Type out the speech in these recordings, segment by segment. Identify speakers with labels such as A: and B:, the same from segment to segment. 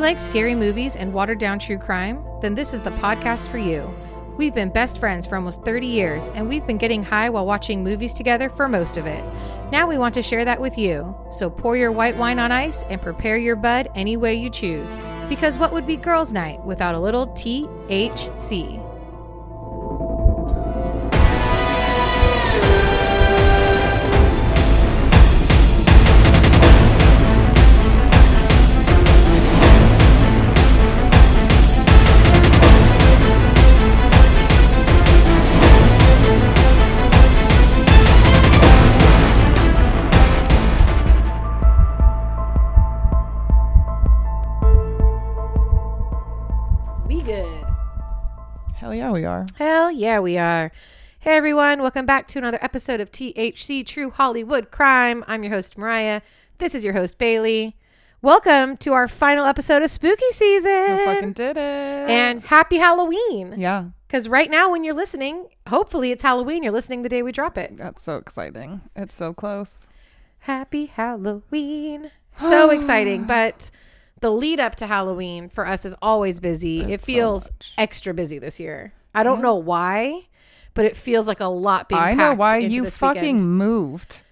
A: like scary movies and watered down true crime? Then this is the podcast for you. We've been best friends for almost 30 years, and we've been getting high while watching movies together for most of it. Now we want to share that with you. So pour your white wine on ice and prepare your bud any way you choose, because what would be girls' night without a little THC? We good.
B: Hell yeah, we are.
A: Hell yeah, we are. Hey everyone, welcome back to another episode of THC True Hollywood Crime. I'm your host, Mariah. This is your host, Bailey. Welcome to our final episode of spooky season.
B: We fucking did it. And
A: and happy Halloween.
B: yeah,
A: Because right now, when you're listening, hopefully it's Halloween. You're listening the day we drop it.
B: that's so exciting. It's so close.
A: Happy Halloween. So exciting. But the lead up to Halloween for us is always busy. it
B: so
A: feels extra busy this year. I don't know why, but it feels like a lot being
B: I know
A: packed
B: why
A: into
B: you
A: this
B: fucking
A: weekend.
B: moved.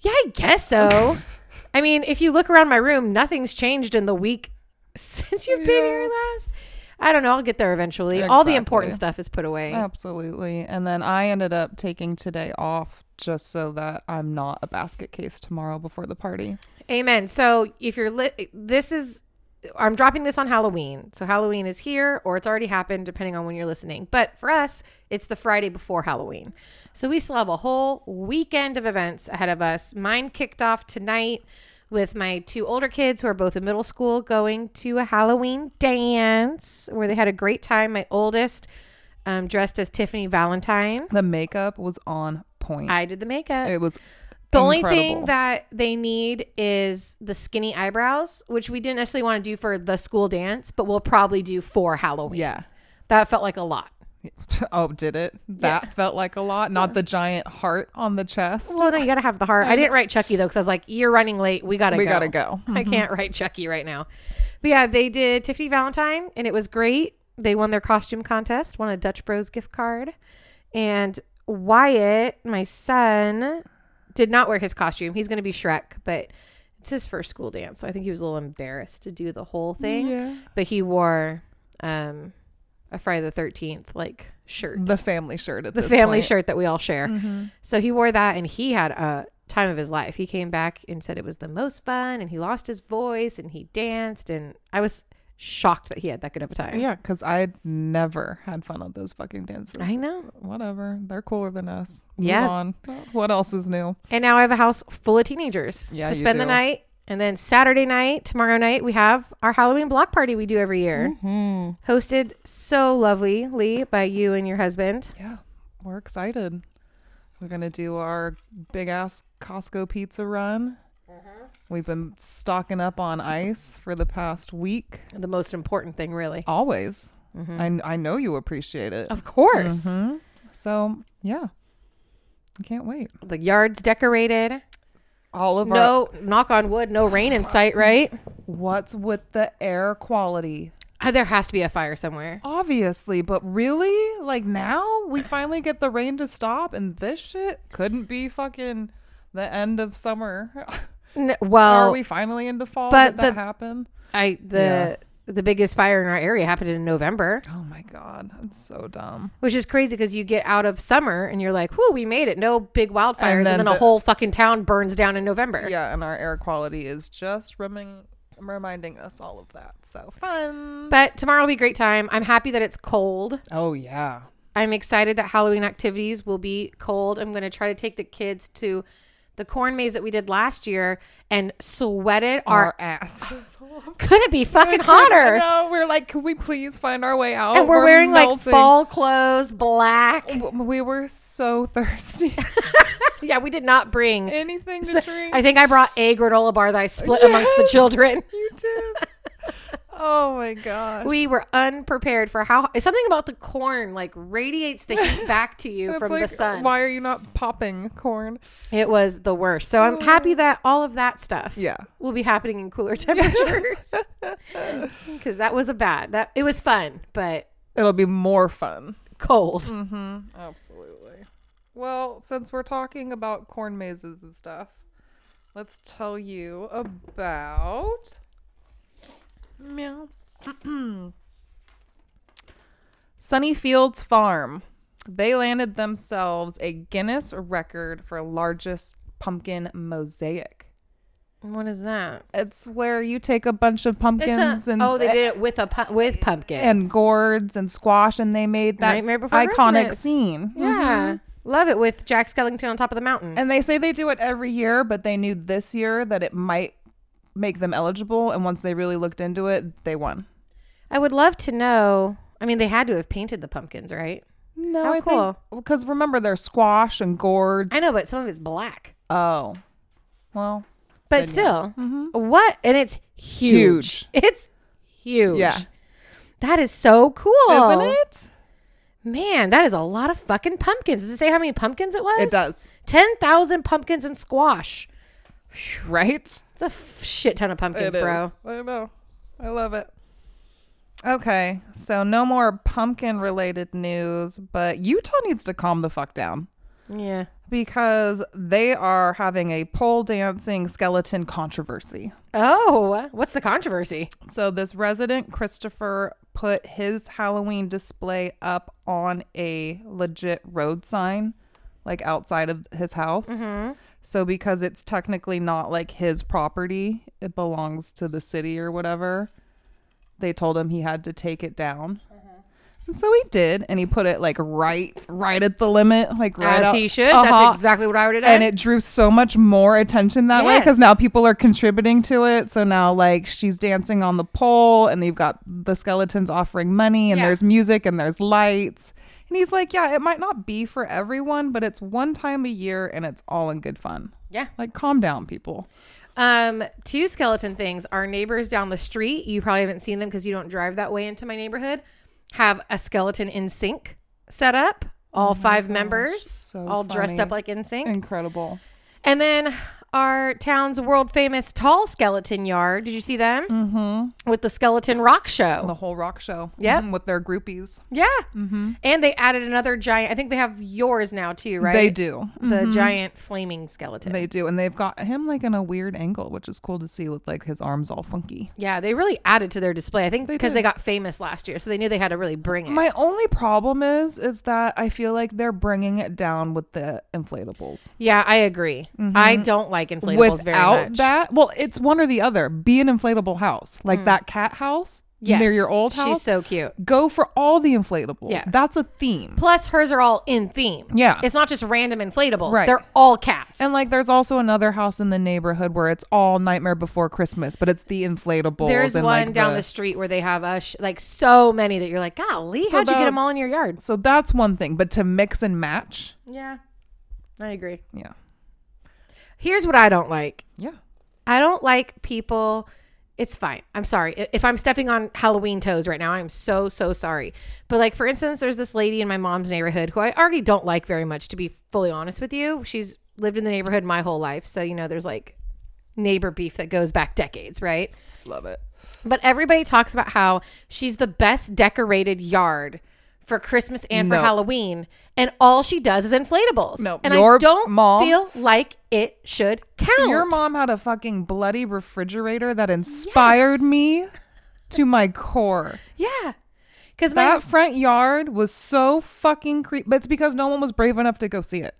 A: Yeah, I guess so. I mean, if you look around my room, nothing's changed in the week since you've been here last. I don't know. I'll get there eventually. All the important
B: Exactly.
A: stuff is put away.
B: Absolutely. And then I ended up taking today off just so that I'm not a basket case tomorrow before the party.
A: Amen. So if you're li- this is I'm dropping this on Halloween. So Halloween is here or it's already happened depending on when you're listening. But for us, it's the Friday before Halloween. So we still have a whole weekend of events ahead of us. Mine kicked off tonight with my two older kids who are both in middle school going to a Halloween dance where they had a great time. My oldest um, dressed as Tiffany Valentine.
B: The makeup was on point.
A: I did the makeup.
B: it was
A: The only thing
B: incredible.
A: that they need is the skinny eyebrows, which we didn't necessarily want to do for the school dance, but we'll probably do for Halloween.
B: yeah.
A: That felt like a lot.
B: Oh, did it? That felt like a lot. Not the giant heart on the chest.
A: Well, no, you got to have the heart. I didn't write Chucky though, because I was like, you're running late. We got to go.
B: we gotta go.
A: I can't write Chucky right now. But yeah, they did Tiffany Valentine, and it was great. They won their costume contest, won a Dutch Bros gift card. And Wyatt, my son, did not wear his costume. He's going to be Shrek, but it's his first school dance. So I think he was a little embarrassed to do the whole thing.
B: Yeah.
A: But he wore um, a Friday the 13th, like, shirt
B: The family shirt at
A: the
B: this
A: family
B: point.
A: shirt that we all share. So he wore that and he had a time of his life. He came back and said it was the most fun and he lost his voice and he danced and I was shocked that he had that good of a time.
B: Yeah, because I never had fun at those fucking dances.
A: I know.
B: Whatever, they're cooler than us. Move
A: Yeah.
B: on. What else is new?
A: And now I have a house full of teenagers
B: Yeah,
A: to
B: you
A: spend the
B: do.
A: night. And then Saturday night, tomorrow night, we have our Halloween block party we do every year. Hosted so lovely, Lee, by you and your husband.
B: Yeah, we're excited. We're gonna do our big ass Costco pizza run.
A: Mm-hmm.
B: We've been stocking up on ice for the past week.
A: The most important thing, really.
B: Always.
A: Mm-hmm.
B: I I know you appreciate it.
A: Of course.
B: So yeah, I can't wait.
A: The yard's decorated.
B: All of our.
A: No, knock on wood, no rain in sight, right?
B: What's with the air quality?
A: Uh, there has to be a fire somewhere.
B: Obviously, but really? Like now we finally get the rain to stop and this shit couldn't be fucking the end of summer.
A: N-
B: Are
A: well,
B: we finally into fall?
A: but
B: Did that
A: the-
B: happen?
A: I the the biggest fire in our area happened in November,
B: Oh my god, that's so dumb.
A: which is crazy because you get out of summer and you're like, "Whoo, we made it! No big wildfires," and then,
B: then
A: a
B: the-
A: whole fucking town burns down in November.
B: Yeah, and our air quality is just reming, reminding us all of that. So fun.
A: But tomorrow will be a great time. I'm happy that it's cold.
B: Oh yeah.
A: I'm excited that Halloween activities will be cold. I'm going to try to take the kids to the corn maze that we did last year and sweated our.
B: Our ass.
A: Couldn't be fucking hotter.
B: No, we're like, can we please find our way out?
A: And we're, wearing like
B: melting.
A: fall clothes, black.
B: We were so thirsty.
A: Yeah, we did not bring
B: Anything to drink.
A: I think I brought a granola bar that I split amongst the
B: Yes!
A: children.
B: You did. Oh my gosh.
A: We were unprepared for how something about the corn like radiates the heat back to you
B: That's
A: from the
B: like,
A: sun.
B: Why are you not popping corn?
A: It was the worst. So I'm happy that all of that stuff
B: Yeah.
A: will be happening in cooler temperatures. Cuz that was a bad. That it was fun, but
B: It'll be more fun.
A: cold.
B: Mm. Absolutely. Well, since we're talking about corn mazes and stuff, let's tell you about meow. Sunnyfields Farm. They landed themselves a Guinness record for largest pumpkin mosaic.
A: What is that?
B: It's where you take a bunch of pumpkins
A: It's a,
B: and e-
A: oh, they did it with a pu- with pumpkins.
B: and gourds and squash, and they made that
A: Nightmare Before
B: iconic
A: Christmas.
B: scene. Mm-hmm.
A: yeah, love it with Jack Skellington on top of the mountain.
B: And they say they do it every year, but they knew this year that it might make them eligible. And once they really looked into it, they won.
A: I would love to know. I mean, they had to have painted the pumpkins, right?
B: No,
A: How
B: I
A: cool.
B: think because remember they're squash and gourds.
A: I know, but some of it's black.
B: Oh, well,
A: But still, what? And it's huge.
B: Huge.
A: It's huge.
B: Yeah.
A: That is so cool.
B: isn't it?
A: Man, that is a lot of fucking pumpkins. Does it say how many pumpkins it was?
B: It does.
A: 10,000 pumpkins and squash.
B: Right?
A: It's a f- shit ton of pumpkins,
B: It
A: bro.
B: is. I know. I love it. Okay, so no more pumpkin related news, but Utah needs to calm the fuck down
A: Yeah.
B: because they are having a pole dancing skeleton controversy.
A: Oh, what's the controversy?
B: So this resident Christopher put his Halloween display up on a legit road sign, like outside of his house.
A: Mm-hmm.
B: So because it's technically not like his property, it belongs to the city or whatever. They told him he had to take it down.
A: Mm-hmm.
B: And so he did, and he put it like right, right at the limit, like right
A: As
B: out-
A: he should.
B: Uh-huh.
A: That's exactly what I would have done.
B: And it drew so much more attention that way
A: Yes.
B: because now people are contributing to it. So now, like, she's dancing on the pole, and they've got the skeletons offering money, and
A: Yeah.
B: there's music and there's lights. And he's like, Yeah, it might not be for everyone, but it's one time a year and it's all in good fun.
A: yeah.
B: Like, calm down, people.
A: Um, two skeleton things. Our neighbors down the street, you probably haven't seen them because you don't drive that way into my neighborhood, have a skeleton in sync set up. All five members,
B: Oh so
A: all dressed
B: funny.
A: up like in sync.
B: Incredible.
A: And then our town's world famous tall skeleton yard. Did you see them? Mm-hmm. With the skeleton rock show.
B: The whole rock show.
A: Yep.
B: Mhm, With their groupies.
A: Yeah. Mm-hmm. And they added another giant. I think they have yours now too, right?
B: They do. Mm-hmm.
A: The giant flaming skeleton.
B: They do. And they've got him like in a weird angle, which is cool to see with like his arms all funky.
A: yeah, they really added to their display. I think because
B: did.
A: they got famous last year, so they knew they had to really bring it.
B: My only problem is, is that I feel like they're bringing it down with the inflatables.
A: Yeah, I agree. I don't like inflatables very
B: Mm-hmm. Without
A: much.
B: that, well, it's one or the other. Be an inflatable house, like that cat house
A: Hmm. Yes.
B: near your old house.
A: She's so cute.
B: Go for all the inflatables.
A: Yeah.
B: That's a theme.
A: Plus, hers are all in theme.
B: Yeah.
A: It's not just random inflatables.
B: Right.
A: They're all cats.
B: And like, there's also another house in the neighborhood where it's all Nightmare Before Christmas, but it's the inflatables.
A: there's
B: and
A: one
B: like
A: down the, street where they have a sh- like so many that you're like, golly, how'd you get them all
B: that's-
A: in your yard?
B: So that's one thing, but to mix and match,
A: Yeah, I agree.
B: yeah,
A: Here's what I don't like.
B: yeah,
A: I don't like people. It's fine. I'm sorry. I- If I'm stepping on Halloween toes right now, I'm so, so sorry. But, like, for instance, there's this lady in my mom's neighborhood who I already don't like very much, to be fully honest with you. She's lived in the neighborhood my whole life. So, you know, there's like neighbor beef that goes back decades, right?
B: love it.
A: But everybody talks about how she's the best decorated yard for Christmas and for
B: No.
A: Halloween, and all she does is inflatables.
B: No,
A: and I
B: your
A: don't
B: mom-
A: feel like it should count.
B: Your mom had a fucking bloody refrigerator that inspired me to my core.
A: yeah, because my
B: That front yard was so fucking creepy. But it's because no one was brave enough to go see it.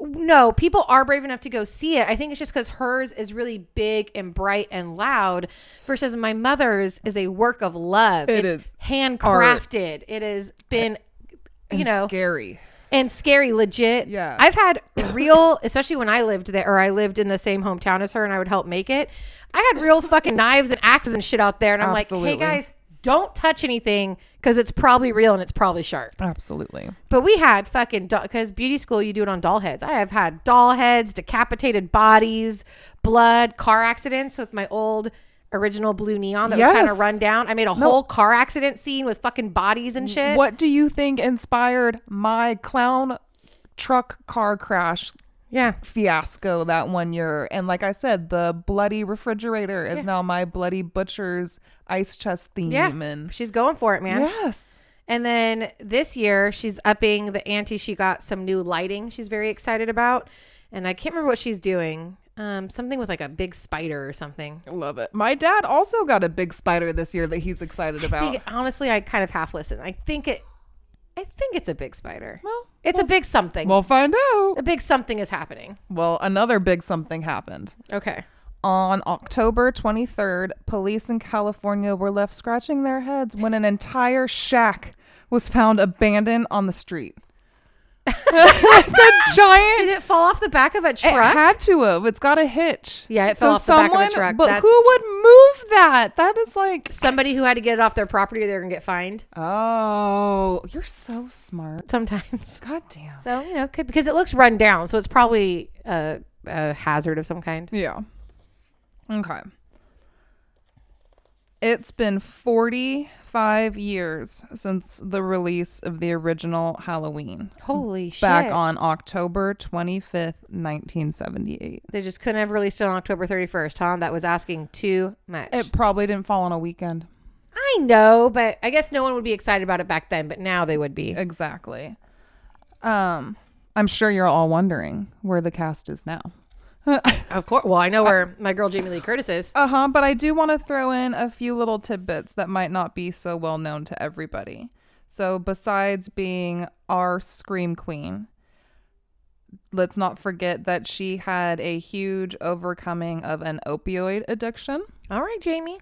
A: no people are brave enough to go see it. I think it's just because hers is really big and bright and loud, versus my mother's is a work of love.
B: It
A: it's
B: is
A: handcrafted. It has been. You
B: And
A: know,
B: scary.
A: and scary legit
B: Yeah.
A: i've had real especially when i lived there or i lived in the same hometown as her and i would help make it i had real fucking knives and axes and shit out there and i'm like
B: Absolutely.
A: hey guys don't touch anything because it's probably real and it's probably sharp
B: Absolutely.
A: but we had fucking because beauty school you do it on doll heads i have had doll heads decapitated bodies blood car accidents with my old original blue neon that was kind
B: Yes.
A: of run down. I made a whole car accident scene with fucking bodies and shit.
B: What do you think inspired my clown truck car crash
A: Yeah.
B: fiasco that one year? And like I said, the bloody refrigerator is now my bloody butcher's ice chest theme.
A: Yeah.
B: And
A: She's going for it, man.
B: yes.
A: And then this year, she's upping the ante. She got some new lighting she's very excited about. And I can't remember what she's doing. Um, something with like a big spider or something.
B: Love it. My dad also got a big spider this year that he's excited
A: I
B: about.
A: think, honestly, I kind of half listened. I think it, I think it's a big spider.
B: well,
A: It's a big something.
B: we'll find out.
A: a big something is happening.
B: Well, another big something happened.
A: Okay.
B: On October 23rd, police in California were left scratching their heads when an entire shack was found abandoned on the street. like a giant.
A: Did it fall off the back of a
B: It
A: truck?
B: had to have. It's got a hitch.
A: Yeah, it fell off the back of a truck.
B: But
A: That's-
B: who would move that? That is like,
A: Somebody who had to get it off their property, they're gonna get fined
B: oh, you're so smart.
A: sometimes.
B: God damn.
A: So you know, could, because it looks run down, so it's probably a, a hazard of some kind.
B: Yeah. Okay. It's been 45 years since the release of the original Halloween,
A: Holy shit!
B: back on October 25th, 1978.
A: They just couldn't have released it on October 31st, huh? That was asking too much.
B: It probably didn't fall on a weekend.
A: I know, but I guess no one would be excited about it back then, but now they would be.
B: Exactly. Um, I'm sure you're all wondering where the cast is now.
A: Of course. Well, I know where my girl Jamie Lee Curtis is.
B: Uh huh. But I do want to throw in a few little tidbits that might not be so well known to everybody. So, besides being our Scream Queen, let's not forget that she had a huge overcoming of an opioid addiction.
A: All right, Jamie.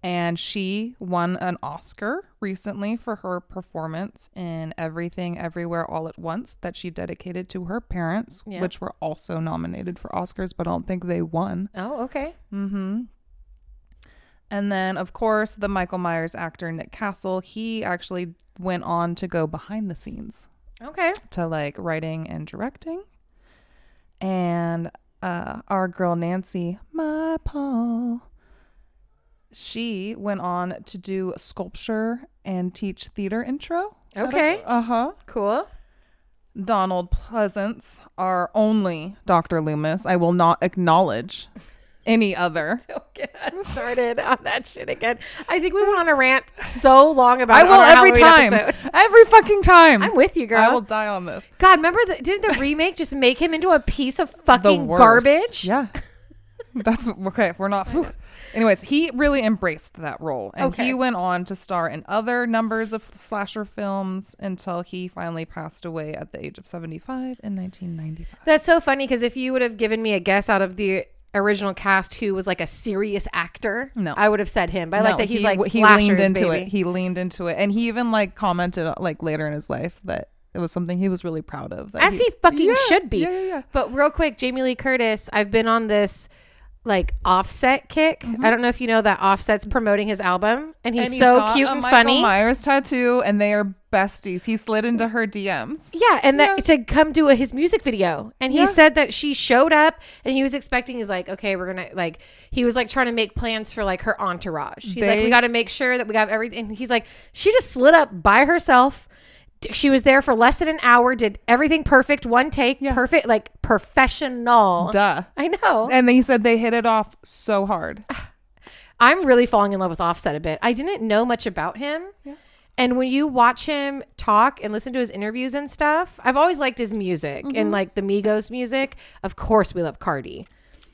B: And she won an Oscar recently for her performance in Everything Everywhere All at Once that she dedicated to her parents,
A: Yeah.
B: which were also nominated for Oscars, but I don't think they won.
A: Oh, okay.
B: Mm-hmm. And then, of course, the Michael Myers actor Nick Castle. He actually went on to go behind the scenes
A: Okay.
B: to like writing and directing. And uh, our girl Nancy, my Paul, she went on to do sculpture and teach theater intro.
A: Okay.
B: Uh huh.
A: Cool.
B: Donald Pleasance, our only Dr. Loomis. I will not acknowledge any other.
A: Don't get us started on that shit again. I think we went on a rant so long about
B: I
A: it on
B: will
A: our
B: every
A: Halloween
B: time.
A: episode.
B: Every fucking time.
A: I'm with you, girl.
B: I will die on this.
A: God, remember the, didn't the remake just make him into a piece of fucking
B: worst.
A: garbage?
B: Yeah. That's okay. We're not. whew. Anyways, he really embraced that role, and
A: Okay.
B: he went on to star in other numbers of slasher films until he finally passed away at the age of 75 in 1995.
A: That's so funny because if you would have given me a guess out of the original cast who was like a serious actor,
B: No.
A: I would have said him. But I
B: No,
A: like that he's
B: he,
A: like
B: he
A: slashers,
B: leaned into
A: baby.
B: it. He leaned into it, and he even like commented like later in his life that it was something he was really proud of. that
A: As he fucking
B: Yeah,
A: should be.
B: Yeah, yeah, yeah.
A: But real quick, Jamie Lee Curtis, I've been on this like offset kick. I don't know if you know that offset's promoting his album and he's
B: Mm-hmm. And
A: so
B: got
A: cute
B: a
A: and
B: Michael
A: funny.
B: Myers tattoo, and they are besties. He slid into her DMs.
A: Yeah, and that to come do a, his music video, and he said that she showed up, and he was expecting. He's like, okay, we're gonna like. He was like trying to make plans for like her entourage. He's like,
B: They-
A: we got to make sure that we got everything. And he's like, she just slid up by herself. D- She was there for less than an hour. Did everything perfect, one take, perfect, like professional.
B: Duh.
A: I know.
B: And he said they hit it off so hard.
A: I'm really falling in love with Offset a bit. I didn't know much about him. And when you watch him talk and listen to his interviews and stuff, I've always liked his music and like the Migos music. Of course, we love Cardi.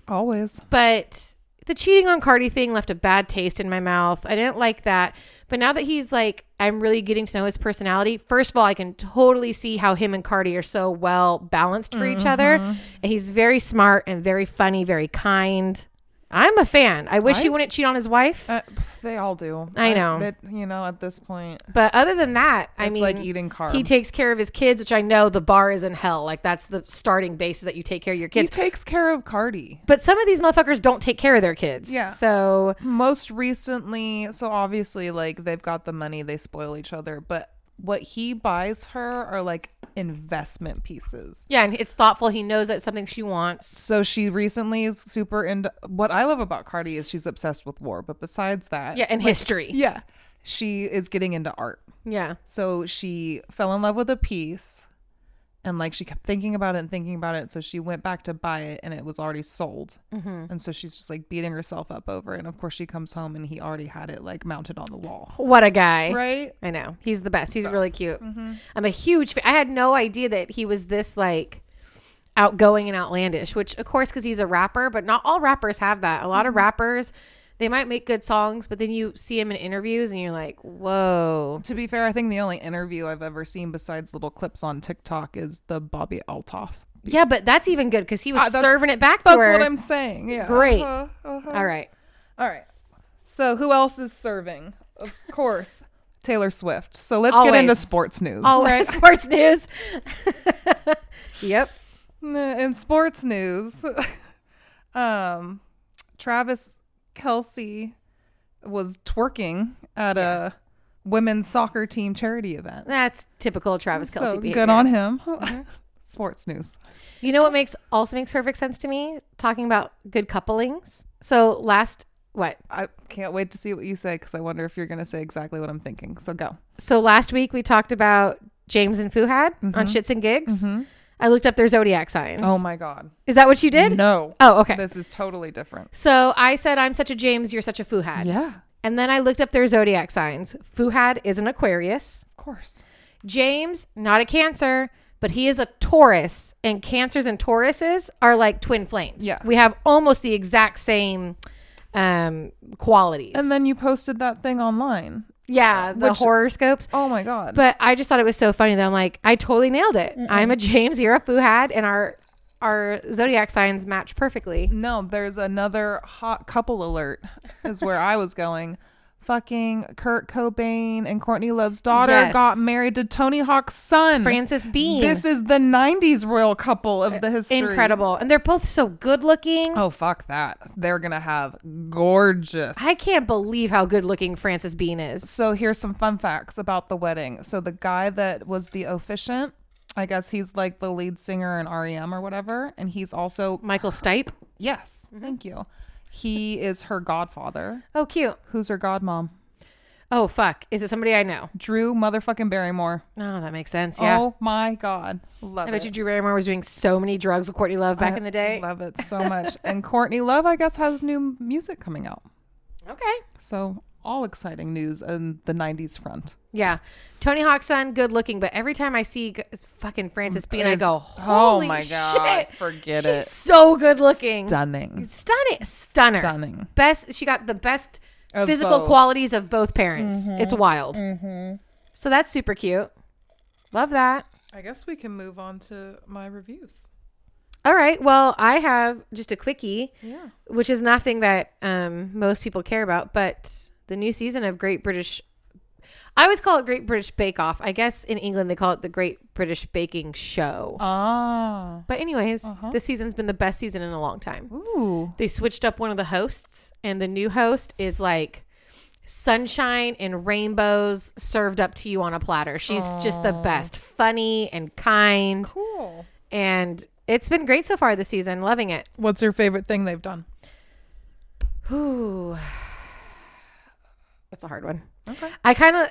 B: Always.
A: But the cheating on Cardi thing left a bad taste in my mouth. I didn't like that. But now that he's like, I'm really getting to know his personality. First of all, I can totally see how him and Cardi are so well balanced for each other.
B: Mm-hmm.
A: And he's very smart and very funny, very kind. I'm a fan. I wish he wouldn't cheat on his wife.
B: Uh, they all do.
A: I know.
B: that, you know, at this point,
A: But other than that, I
B: it's
A: mean,
B: like eating carbs.
A: he takes care of his kids, which I know the bar is in hell. Like that's the starting base that you take care of your
B: He
A: kids.
B: takes care of Cardi.
A: but some of these motherfuckers don't take care of their kids.
B: Yeah.
A: So
B: Most recently, so obviously, like they've got the money, they spoil each other. But what he buys her are like investment pieces.
A: Yeah, and it's thoughtful. He knows that's something she wants.
B: So she recently is super into what I love about Cardi is she's obsessed with war, but besides that,
A: Yeah, and history.
B: yeah, she is getting into art.
A: Yeah.
B: So she fell in love with a piece and like she kept thinking about it and thinking about it. So she went back to buy it and it was already sold.
A: Mm-hmm.
B: And so she's just like beating herself up over it. And of course, she comes home and he already had it like mounted on the wall.
A: What a guy.
B: Right? Mm-hmm.
A: I know. He's the best. He's really cute. I'm a huge fan. I had no idea that he was this like outgoing and outlandish, which of course cuz he's a rapper, but not all rappers have that. A lot
B: Mm-hmm.
A: of rappers they might make good songs, but then you see him in interviews and you're like, "Whoa."
B: To be fair, I think the only interview I've ever seen besides little clips on TikTok is the Bobby Altoff.
A: Yeah, but that's even good cuz he was
B: Ah, that's-
A: serving it back to
B: That's
A: her.
B: what I'm saying. Yeah.
A: Great.
B: Uh-huh, uh-huh.
A: all right.
B: All right. So who else is serving? Of course, Taylor Swift. So let's get
A: Always.
B: into sports news.
A: All
B: right?
A: sports news. yep.
B: Nah, In sports news, um, Travis Kelsey was twerking at a women's soccer team charity event.
A: That's typical Travis Kelsey
B: so
A: behavior.
B: good on him. sports news.
A: You know what makes also makes perfect sense to me? Talking about good couplings. So last what?
B: I can't wait to see what you say because I wonder if you're going to say exactly what I'm thinking. So go.
A: So last week we talked about James and Fuhad on Shits and Gigs. I looked up their zodiac signs.
B: Mm-hmm. Oh Mm-hmm. my God.
A: Is that what you did?
B: No.
A: Oh, okay.
B: This is totally different.
A: So I said I'm such a James, you're such a Fuhad.
B: Yeah.
A: And then I looked up their zodiac signs. Fuhad is an Aquarius.
B: Of course.
A: James, not a Cancer, but he is a Taurus, and Cancers and Tauruses are like twin flames.
B: Yeah.
A: we have almost the exact same um qualities.
B: And then you posted that thing online.
A: Yeah, the
B: Which-
A: horoscopes.
B: Oh my God.
A: But I just thought it was so funny that I'm like, I totally nailed it. I'm a James, you're a Fuhad, and our our zodiac signs match perfectly.
B: No, there's another hot couple alert is where I was going. Fucking Kurt Cobain and Courtney Love's daughter
A: Yes.
B: got married to Tony Hawk's son.
A: Francis Bean,
B: This is the 90s royal couple of the history.
A: incredible, and they're both so good looking.
B: Oh, fuck that. They're going to have gorgeous.
A: I can't believe how good looking Francis Bean is.
B: so here's some fun facts about the wedding. So the guy that was the officiant, I guess he's like the lead singer in REM or whatever. And he's also,
A: Michael Stipe.
B: yes,
A: Mm-hmm.
B: thank you. He is her godfather.
A: Oh, cute.
B: Who's her godmom?
A: Oh, fuck. Is it somebody I know?
B: Drew motherfucking Barrymore.
A: Oh, that makes sense. Yeah.
B: Oh my god, love
A: I
B: it.
A: bet you Drew Barrymore was doing so many drugs with Courtney Love back in the day.
B: love it so much. and Courtney Love, I guess, has new music coming out.
A: Okay.
B: So all exciting news on the '90s front.
A: Yeah. Tony Hawk's son, good looking, but every time I see g- fucking Francis Bean, I
B: Is-
A: go,
B: oh
A: holy
B: my God,
A: shit.
B: forget
A: She's
B: it.
A: so good looking.
B: Stunning,
A: Stunning. Stunner.
B: stunning.
A: Best. She got the best
B: Of
A: physical
B: both. Mm-hmm,
A: qualities of both parents. It's wild. So that's super cute. Love that.
B: I guess we can move on to my reviews.
A: All right. Well, I have just a quickie,
B: Yeah.
A: which is nothing that um, most people care about, but the new season of Great British. I always call it Great British Bake Off. I guess in England they call it the Great British Baking
B: Oh.
A: Show.
B: Ah.
A: But anyways, this season's been the best season in a long time.
B: Ooh.
A: They switched up one of the hosts, and the new host is like sunshine and rainbows served up to you on a platter. She's just the best, funny and kind,
B: Cool.
A: and it's been great so far this season. Loving it.
B: What's your favorite thing they've done?
A: Ooh, that's a hard one.
B: Okay.
A: I kind of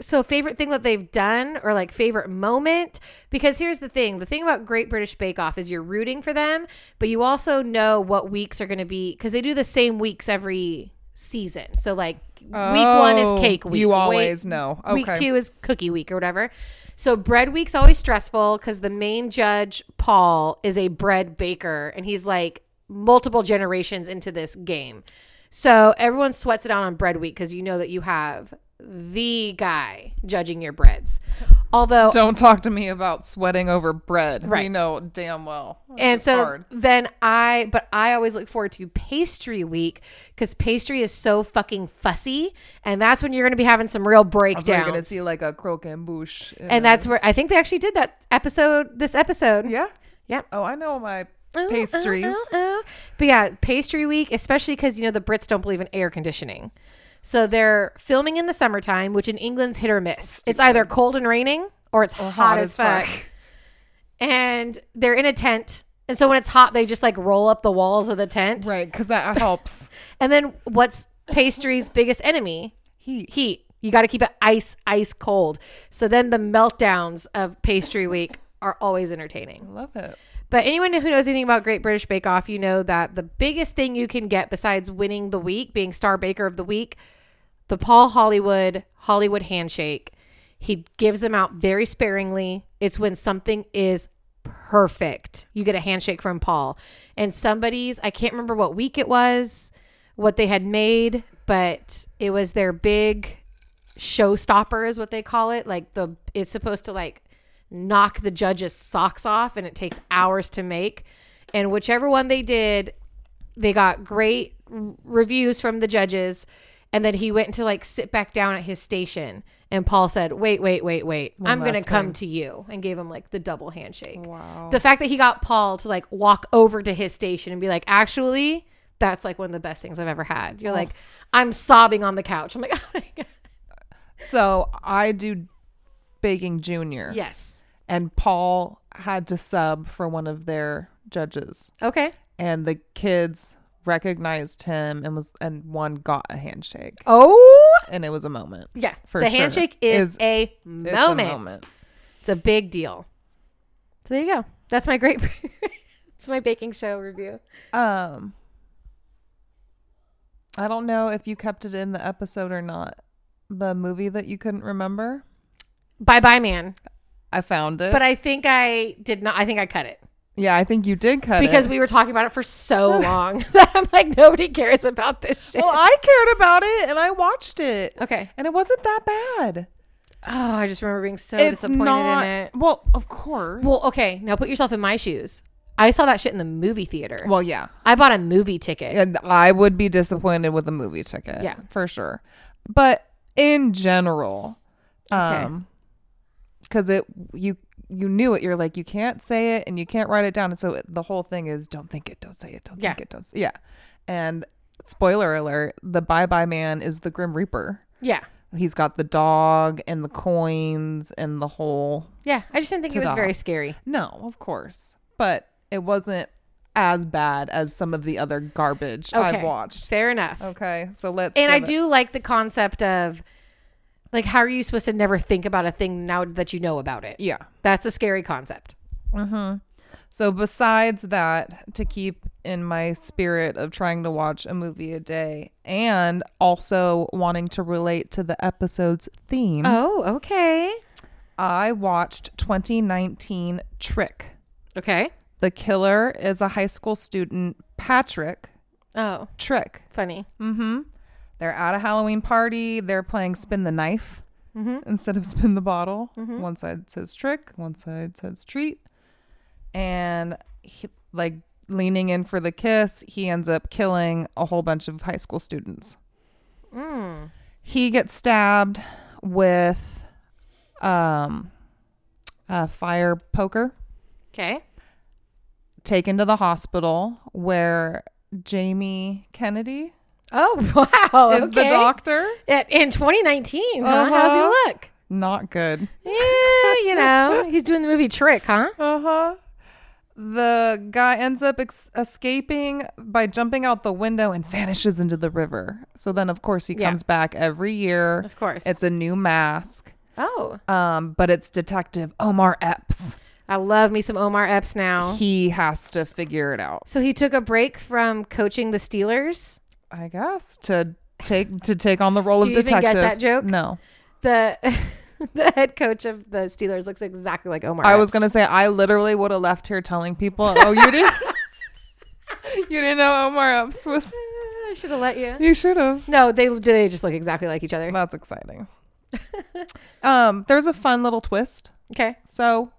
A: so favorite thing that they've done or like favorite moment because here's the thing the thing about great british bake off is you're rooting for them but you also know what weeks are going to be because they do the same weeks every season so like week one is
B: Oh,
A: cake week
B: You
A: Wait-
B: always know. Okay.
A: Week two is cookie week or whatever. So bread week's always stressful because the main judge, Paul, is a bread baker and he's like multiple generations into this game. So everyone sweats it out on bread week because you know that you have the guy judging your breads. Although
B: Don't talk to me about sweating over bread. We
A: Right.
B: know damn well.
A: and
B: It's
A: so
B: hard.
A: then I, but I always look forward to pastry week because pastry is so fucking fussy, and that's when you're going to be having some real breakdowns.
B: So you're gonna see like a croque and bouche.
A: and that's where I think they actually did that episode. This episode,
B: yeah.
A: Yep.
B: Oh, I know my
A: Oh, oh,
B: pastries.
A: oh, oh. But yeah, pastry week, especially because you know the Brits don't believe in air conditioning. So they're filming in the summertime, which in England's hit or miss. It's either cold and raining or it's hot, as, fuck. And they're in a tent. And so when it's hot, they just like roll up the walls of the tent.
B: Right, because that helps.
A: And then what's pastry's biggest enemy?
B: Heat.
A: Heat. You got to keep it ice, ice cold. So then the meltdowns of pastry week are always entertaining.
B: Love it.
A: But anyone who knows anything about Great British Bake Off, you know that the biggest thing you can get besides winning the week, being star baker of the week, the Paul Hollywood Hollywood handshake. He gives them out very sparingly. It's when something is perfect. You get a handshake from Paul. And somebody's, I can't remember what week it was, what they had made, but it was their big showstopper is what they call it. Like the it's supposed to like knock the judge's socks off and it takes hours to make. And whichever one they did, they got great r- reviews from the judges. And then he went to like sit back down at his station. And Paul said, Wait, wait, wait, wait. I'm going to
B: last
A: come to you. And gave him like the double handshake.
B: Wow.
A: The fact that he got Paul to like walk over to his station and be like, Actually, that's like one of the best things I've ever had.
B: Oh.
A: You're like, I'm sobbing on the couch. I'm like, Oh my God.
B: So I do baking junior,
A: Yes.
B: and Paul had to sub for one of their judges,
A: Okay.
B: and the kids recognized him and was and one got a handshake,
A: Oh
B: and it was a moment.
A: Yeah,
B: For
A: the
B: sure.
A: handshake is,
B: Is-
A: a,
B: It's
A: moment.
B: a moment.
A: It's a big deal. So there you go. That's my great. it's my baking show review.
B: Um, I don't know if you kept it in the episode or not. The movie that you couldn't remember,
A: Bye bye man.
B: I found it.
A: But I think I did not. I think I cut it
B: yeah, I think you did cut
A: because
B: it.
A: we were talking about it for so long that I'm like nobody cares about this shit.
B: well, I cared about it and I watched it,
A: okay.
B: and it wasn't that bad.
A: Oh, I just remember being so
B: It's
A: disappointed
B: not.
A: in it.
B: Well, of course.
A: Well, okay. Now put yourself in my shoes. I saw that shit in the movie theater.
B: well, yeah,
A: I bought a movie ticket.
B: and I would be disappointed with a movie ticket.
A: Yeah.
B: for sure. But in general, um, because it you you knew it. You're like you can't say it and you can't write it down, and so it, the whole thing is don't think it, don't say it, don't
A: Yeah.
B: think it, don't. Say, yeah, and spoiler alert: the Bye Bye Man is the Grim Reaper.
A: Yeah.
B: He's got the dog and the coins and the whole.
A: Yeah. I just didn't think it was
B: Ta-da.
A: very scary.
B: No, of course, but it wasn't as bad as some of the other garbage I've
A: Okay.
B: watched.
A: Fair enough.
B: Okay, so let's.
A: and I
B: give it-
A: do like the concept of like how are you supposed to never think about a thing now that you know about it?
B: Yeah.
A: That's a scary concept. Mm-hmm.
B: So besides that, to keep in my spirit of trying to watch a movie a day, and also wanting to relate to the episode's theme,
A: Oh, okay.
B: I watched 2019 Trick.
A: Okay.
B: The killer is a high school student, Patrick
A: Oh,
B: Trick.
A: funny.
B: Mm-hmm. They're at a Halloween party. They're playing spin the knife instead of spin the bottle. One side says trick, one side says treat, and he, like leaning in for the kiss, he ends up killing a whole bunch of high school students. He gets stabbed with um, a fire poker
A: Okay.
B: taken to the hospital where Jamie Kennedy
A: Oh, wow.
B: is the
A: okay.
B: doctor.
A: At- in 2019, huh?
B: Uh-huh.
A: How's he look?
B: Not good.
A: Yeah, you know, he's doing the movie Trick, huh?
B: Uh huh. The guy ends up ex- escaping by jumping out the window and vanishes into the river. So then, of course, he
A: Yeah.
B: comes back every year.
A: Of course.
B: It's a new mask,
A: oh,
B: um, but it's Detective Omar Epps.
A: I love me some Omar Epps now.
B: He has to figure it out,
A: So he took a break from coaching the Steelers.
B: I guess, to take to take on the role
A: Do
B: of
A: you even get
B: detective.
A: that joke?
B: No,
A: The the head coach of the Steelers looks exactly like Omar.
B: I was
A: Epps.
B: gonna say I literally would have left here telling people, "Oh, you didn't, you didn't know Omar Epps was."
A: I should have let you.
B: You should have.
A: No, they they just look exactly like each other.
B: That's exciting. um, there's a fun little twist.
A: Okay,
B: So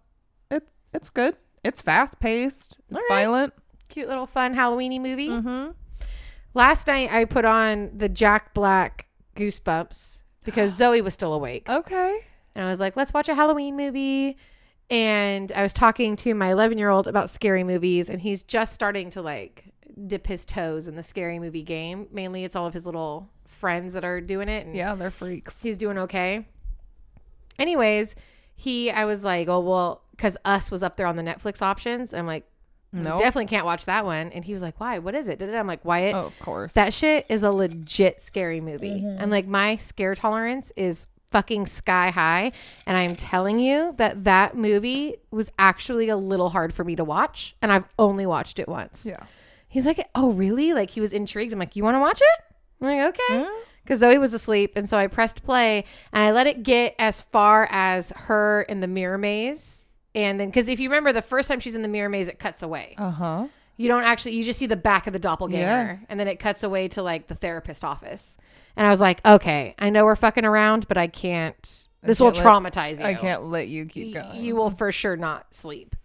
B: it it's good. It's fast paced. It's
A: All right.
B: violent.
A: cute little fun Halloweeny movie. Last night I put on the Jack Black Goosebumps because Zoe was still awake,
B: Okay.
A: and I was like, "Let's watch a Halloween movie." And I was talking to my 11 year old about scary movies, and he's just starting to like dip his toes in the scary movie game. Mainly, it's all of his little friends that are doing it. And
B: Yeah, they're freaks.
A: he's doing okay. Anyways, he, I was like, oh, well, because Us was up there on the Netflix options. I'm like,
B: No.
A: definitely can't watch that one. And he was like, why? What is it? Da-da-da. I'm like, Wyatt,
B: Oh, of course.
A: that shit is a legit scary movie. And like, my scare tolerance is fucking sky high. And I'm telling you that that movie was actually a little hard for me to watch. And I've only watched it once.
B: yeah.
A: He's like, oh, really? Like, he was intrigued. I'm like, you want to watch it? I'm like, okay. Because Zoe was asleep. And so I pressed play and I let it get as far as her in the mirror maze. And then, because if you remember, the first time she's in the mirror maze, it cuts away.
B: Uh huh.
A: You don't actually, you just see the back of the doppelganger. And then it cuts away to like the therapist office. And I was like, okay, I know we're fucking around, but I can't. This will
B: can't
A: traumatize you.
B: I can't let you keep
A: Y-
B: going.
A: You will for sure not sleep.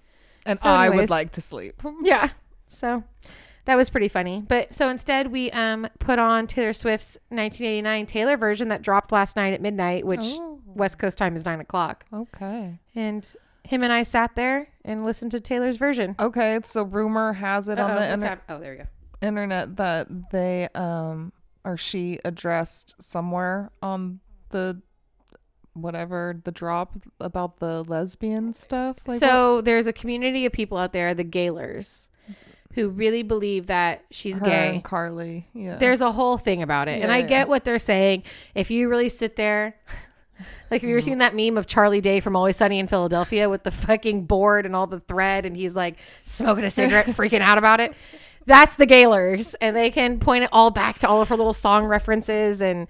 B: and
A: so
B: I would
A: anyways-
B: like to sleep.
A: Yeah. So that was pretty funny. But so instead we um put on Taylor Swift's 1989 Taylor version that dropped last night at midnight, which
B: Oh.
A: West Coast time is nine o'clock.
B: Okay.
A: And him and I sat there and listened to Taylor's version.
B: Okay. So rumor has it
A: Uh-oh,
B: on the
A: what's
B: inter-
A: hap- oh, there you go.
B: internet that they um or she addressed somewhere on the whatever the drop about the lesbian stuff. Like that.
A: so there's a community of people out there, the Gaylors, who really believe that she's
B: her
A: gay.
B: and Carly. Yeah.
A: there's a whole thing about it. and I
B: Yeah.
A: get what they're saying. If you really sit there, like
B: Mm.
A: have you ever seen that meme of Charlie Day from Always Sunny in Philadelphia with the fucking board and all the thread and he's like smoking a cigarette, freaking out about it? That's the Gaylors. And they can point it all back to all of her little song references. And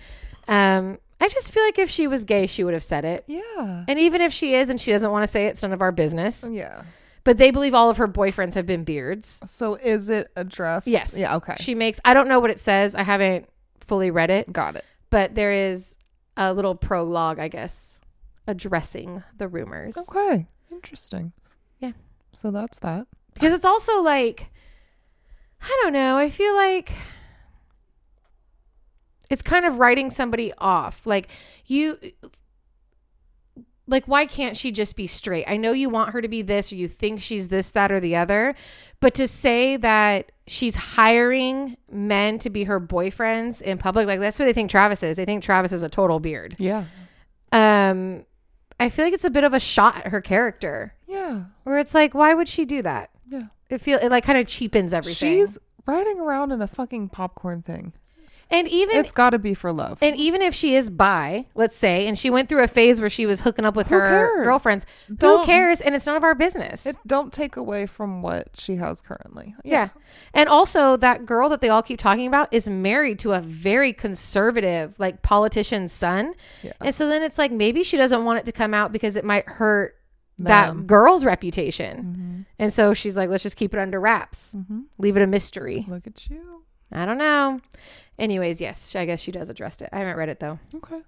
A: um, I just feel like if she was gay, she would have said it.
B: yeah.
A: And even if she is and she doesn't want to say it, it's none of our business.
B: Yeah.
A: But they believe all of her boyfriends have been beards.
B: So is it addressed?
A: Yes.
B: Yeah, okay.
A: She makes, I don't know what it says. I haven't fully read it.
B: Got it.
A: but there is a little prologue, I guess, addressing the rumors.
B: Okay. Interesting.
A: Yeah.
B: So that's that.
A: Because it's also like, I don't know, I feel like it's kind of writing somebody off. Like, you. Like, why can't she just be straight? I know you want her to be this, or you think she's this, that, or the other, but to say that she's hiring men to be her boyfriends in public, like, that's what they think Travis is. They think Travis is a total beard.
B: Yeah.
A: um i feel like it's a bit of a shot at her character
B: Yeah.
A: where it's like why would she do that
B: Yeah.
A: it feel it like kind of cheapens everything
B: She's riding around in a fucking popcorn thing.
A: and even
B: it's got to be for love.
A: and even if she is bi let's say and she went through a phase where she was hooking up with
B: Who
A: her
B: cares?
A: girlfriends who
B: Don't-
A: cares and it's none of our business
B: It don't take away from what she has currently.
A: yeah. and also that girl that they all keep talking about is married to a very conservative like politician's son
B: Yeah.
A: and so then it's like maybe she doesn't want it to come out because it might hurt that
B: Them. Mm-hmm.
A: girl's reputation And so she's like, let's just keep it under wraps,
B: Mhm.
A: leave it a mystery.
B: Look at you.
A: I don't know. Anyways, yes, I guess she does address it. I haven't read it though.
B: Okay.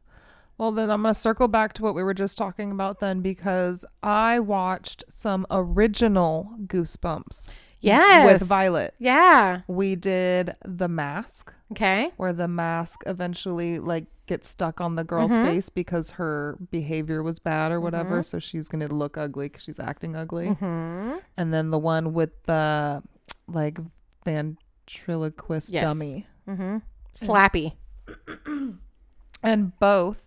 B: Well, then I'm going to circle back to what we were just talking about then because I watched some original Goosebumps
A: Yes.
B: with Violet.
A: Yeah.
B: We did The Mask,
A: Okay.
B: where the mask eventually like gets stuck on the girl's
A: Mm-hmm.
B: face because her behavior was bad or whatever, so she's going to look ugly cuz she's acting ugly.
A: Mm-hmm.
B: And then the one with the like ventriloquist
A: Yes.
B: dummy.
A: Slappy.
B: And both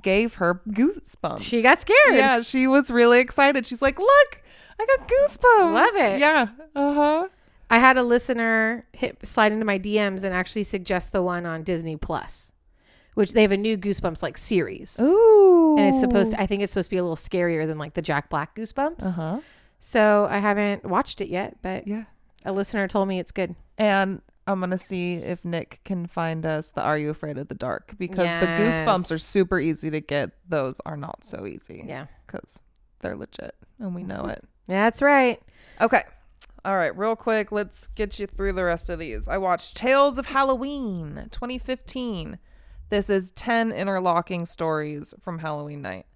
B: gave her goosebumps.
A: She got scared.
B: Yeah, she was really excited. She's like, "Look, I got goosebumps."
A: Love it.
B: Yeah. Uh huh.
A: I had a listener hit, slide into my DMs and actually suggest the one on Disney Plus, which they have a new Goosebumps like series.
B: Ooh.
A: And it's supposed to, I think it's supposed to be a little scarier than like the Jack Black Goosebumps.
B: Uh huh.
A: So I haven't watched it yet, but
B: Yeah.
A: a listener told me it's good.
B: And I'm gonna see if Nick can find us the "Are You Afraid of the Dark" because the
A: Yes.
B: goosebumps are super easy to get. Those are not so easy.
A: Yeah. Mm-hmm.
B: Because they're legit, and we know it.
A: That's right.
B: Okay. All right, real quick, let's get you through the rest of these. I watched Tales of Halloween 2015. This is 10 interlocking stories from Halloween night.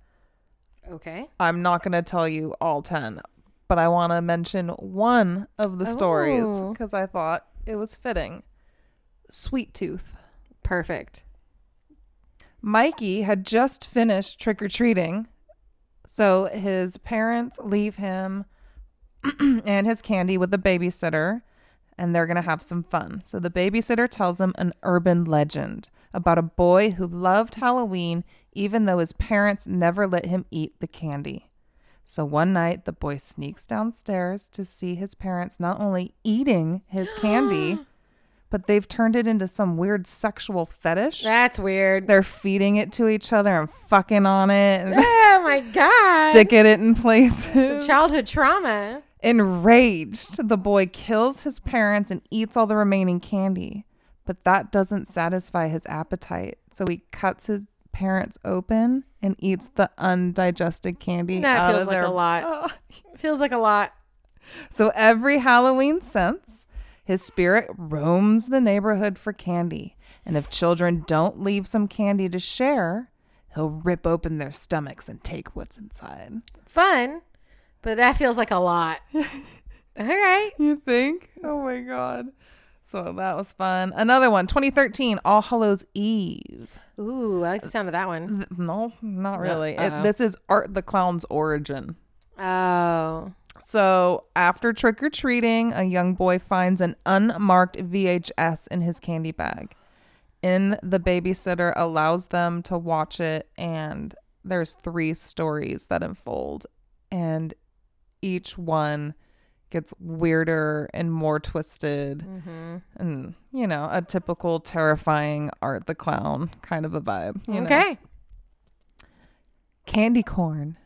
A: Okay.
B: I'm not going to tell you all 10, but I want to mention one of the stories
A: Oh.
B: because I thought it was fitting. Sweet Tooth.
A: Perfect.
B: Mikey had just finished trick or treating, so his parents leave him and his candy with a babysitter. and they're going to have some fun. So the babysitter tells him an urban legend about a boy who loved Halloween, even though his parents never let him eat the candy. So one night, the boy sneaks downstairs to see his parents not only eating his candy, but they've turned it into some weird sexual fetish.
A: That's weird.
B: They're feeding it to each other and fucking on it and
A: Oh my god.
B: sticking it in places.
A: Childhood trauma.
B: Enraged, the boy kills his parents and eats all the remaining candy. But that doesn't satisfy his appetite. So he cuts his parents open and eats the undigested candy.
A: That
B: out
A: feels
B: of
A: like
B: their-
A: a lot.
B: Ugh.
A: Feels like a lot.
B: So every Halloween since, his spirit roams the neighborhood for candy. And if children don't leave some candy to share, he'll rip open their stomachs and take what's inside.
A: Fun, but that feels like a lot. All right.
B: You think? Oh my god. So that was fun. Another one, 2013, All Hallows Eve.
A: Ooh, I like the sound of that one.
B: Th- No, not really. It-
A: uh-oh.
B: this is Art the Clown's origin.
A: Oh.
B: So, after trick or treating, a young boy finds an unmarked VHS in his candy bag. In the babysitter allows them to watch it, and there's three stories that unfold, and each one gets weirder and more twisted, and you know, a typical terrifying Art the Clown kind of a vibe. you know?
A: Okay.
B: Candy Corn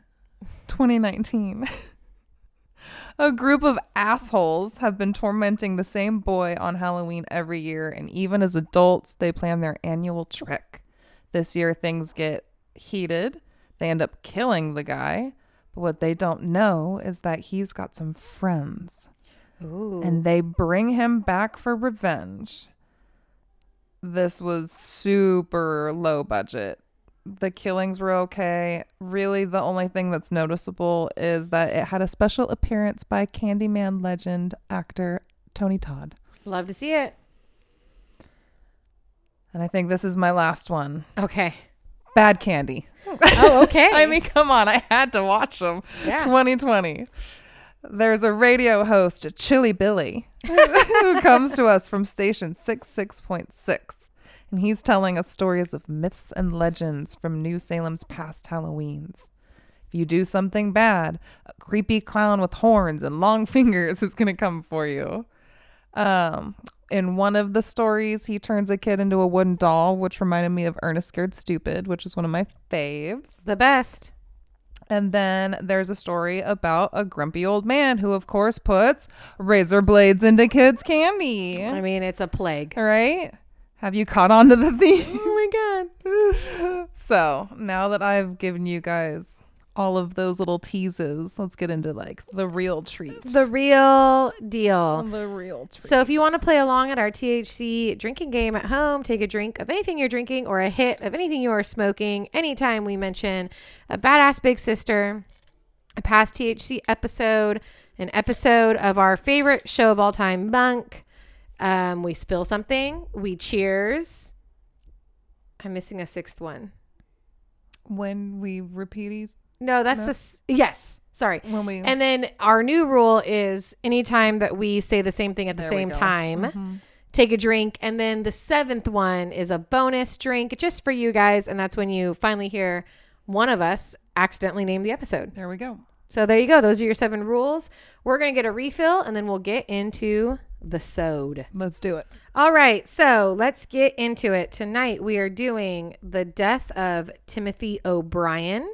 B: 2019. a group of assholes have been tormenting the same boy on Halloween every year, and even as adults, they plan their annual trick. This year, things get heated. They end up killing the guy, but what they don't know is that he's got some friends
A: Ooh.
B: and they bring him back for revenge. This was super low budget. The killings were okay. Really, the only thing that's noticeable is that it had a special appearance by Candyman legend actor Tony Todd.
A: Love to see it.
B: And I think this is my last one
A: Okay.
B: Bad Candy.
A: Oh, okay.
B: I mean, come on, I had to watch them.
A: Yeah.
B: 2020. There's a radio host, Chili Billy, who comes to us from station 66.6. And he's telling us stories of myths and legends from New Salem's past Halloweens. If you do something bad, a creepy clown with horns and long fingers is going to come for you. Um, in one of the stories, he turns a kid into a wooden doll, which reminded me of Ernest Scared Stupid, which is one of my faves.
A: the best.
B: And then there's a story about a grumpy old man who, of course, puts razor blades into kids' candy.
A: I mean, it's a plague.
B: All right. Have you caught on to the theme?
A: Oh my god.
B: so now that I've given you guys all of those little teases, let's get into like the real treat.
A: The real deal.
B: the real treat.
A: So if you want to play along at our THC drinking game at home, take a drink of anything you're drinking or a hit of anything you are smoking anytime we mention a badass big sister, a past THC episode, an episode of our favorite show of all time, Monk. Um, we spill something, we cheers. I'm missing a sixth one.
B: when we repeat these,
A: No, that's the s- yes. Sorry.
B: when we
A: And then our new rule is anytime that we say the same thing at the
B: we
A: same
B: go. Mm-hmm.
A: time, take a drink. And then the seventh one is a bonus drink just for you guys. And that's when you finally hear one of us accidentally name the episode.
B: there we go.
A: So there you go. Those are your seven rules. We're going to get a refill and then we'll get into the sode.
B: Let's do it.
A: All right. So let's get into it. Tonight we are doing the death of Timothy O'Brien.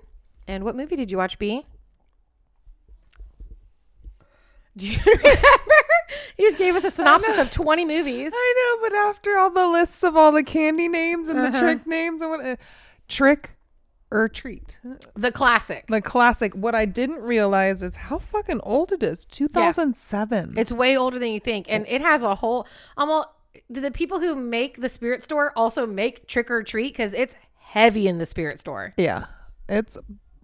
A: And what movie did you watch, B? Do you remember? you just gave us a synopsis of 20 movies.
B: I know, but after all the lists of all the candy names and
A: Uh-huh.
B: the trick names, I want to trick or treat.
A: The classic.
B: The classic. What I didn't realize is how fucking old it is. 2007.
A: It's way older than you think. And it has a whole, almost, do the people who make the spirit store also make trick or treat? Because it's heavy in the spirit store.
B: yeah. It's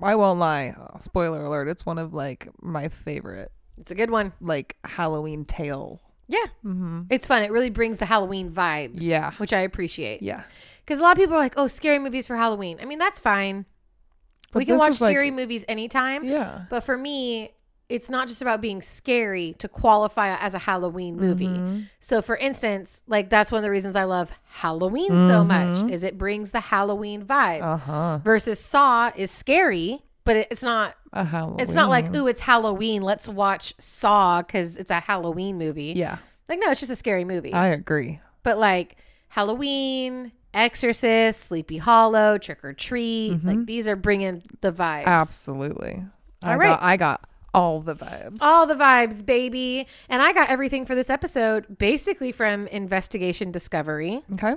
B: I won't lie. Spoiler alert. It's one of like my favorite
A: It's a good one.
B: like Halloween tale.
A: Yeah. It's fun. It really brings the Halloween vibes.
B: Mm-hmm. Yeah.
A: Which I appreciate.
B: Yeah.
A: Because a lot of people are like, oh, scary movies for Halloween. I mean, that's fine.
B: But
A: we can
B: this
A: watch
B: is like-
A: scary movies anytime.
B: Yeah.
A: But for me, it's not just about being scary to qualify as a Halloween movie.
B: Mm-hmm.
A: So, for instance, like that's one of the reasons I love Halloween
B: Mm-hmm.
A: so much is it brings the Halloween vibes.
B: huh.
A: Versus Saw is scary, but it, it's not.
B: A Halloween.
A: It's not like ooh, it's Halloween. Let's watch Saw because it's a Halloween movie.
B: Yeah,
A: Like no, it's just a scary movie.
B: I agree.
A: but like Halloween, Exorcist, Sleepy Hollow, Trick or Treat, like these are bringing the vibes.
B: Absolutely. I
A: All right.
B: Got, I got all the vibes.
A: All the vibes, baby. And I got everything for this episode basically from Investigation Discovery.
B: okay.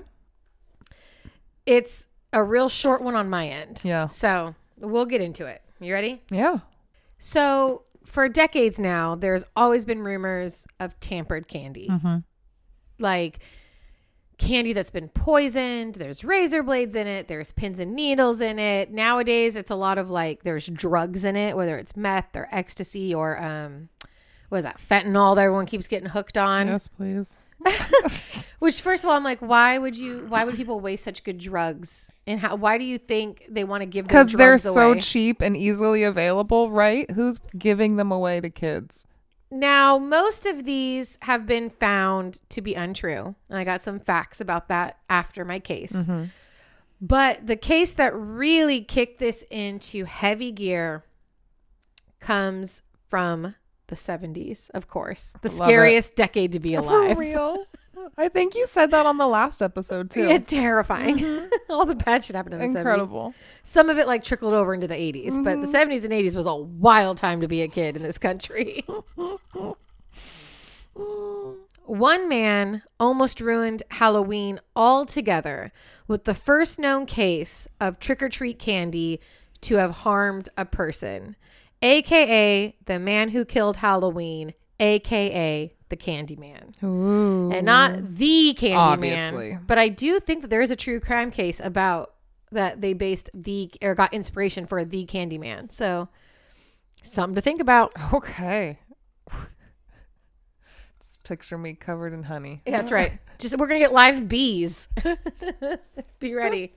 A: It's a real short one on my end.
B: Yeah.
A: So we'll get into it. You ready?
B: Yeah.
A: So for decades now, there's always been rumors of tampered candy.
B: Mm-hmm.
A: Like candy that's been poisoned, there's razor blades in it, there's pins and needles in it. Nowadays, it's a lot of like there's drugs in it, whether it's meth or ecstasy or um what is that? Fentanyl that everyone keeps getting hooked on.
B: Yes, please.
A: Which first of all, I'm like, why would you why would people waste such good drugs? And how why do you think they want to give
B: Because
A: because
B: they're so
A: away?
B: cheap and easily available, right? Who's giving them away to kids?
A: Now, most of these have been found to be untrue. And I got some facts about that after my case.
B: Mm-hmm.
A: But the case that really kicked this into heavy gear comes from the 70s, of course. The
B: Love it.
A: scariest decade to be alive.
B: For real? I think you said that on the last episode too.
A: Yeah, terrifying. All the bad shit happened in the 70s.
B: Mm-hmm. Incredible. Mm-hmm.
A: some of it like trickled over into the 80s, but the 70s and 80s was a wild time to be a kid in this country. One man almost ruined Halloween altogether with the first known case of trick or treat candy to have harmed a person, aka the man who killed Halloween, aka the Candyman
B: Ooh.
A: and not the Candyman.
B: Obviously.
A: but I do think that there is a true crime case about that they based the or got inspiration for the Candyman. So something to think about.
B: Okay. Just picture me covered in honey.
A: Yeah, that's right. Just we're gonna get live bees. Be ready.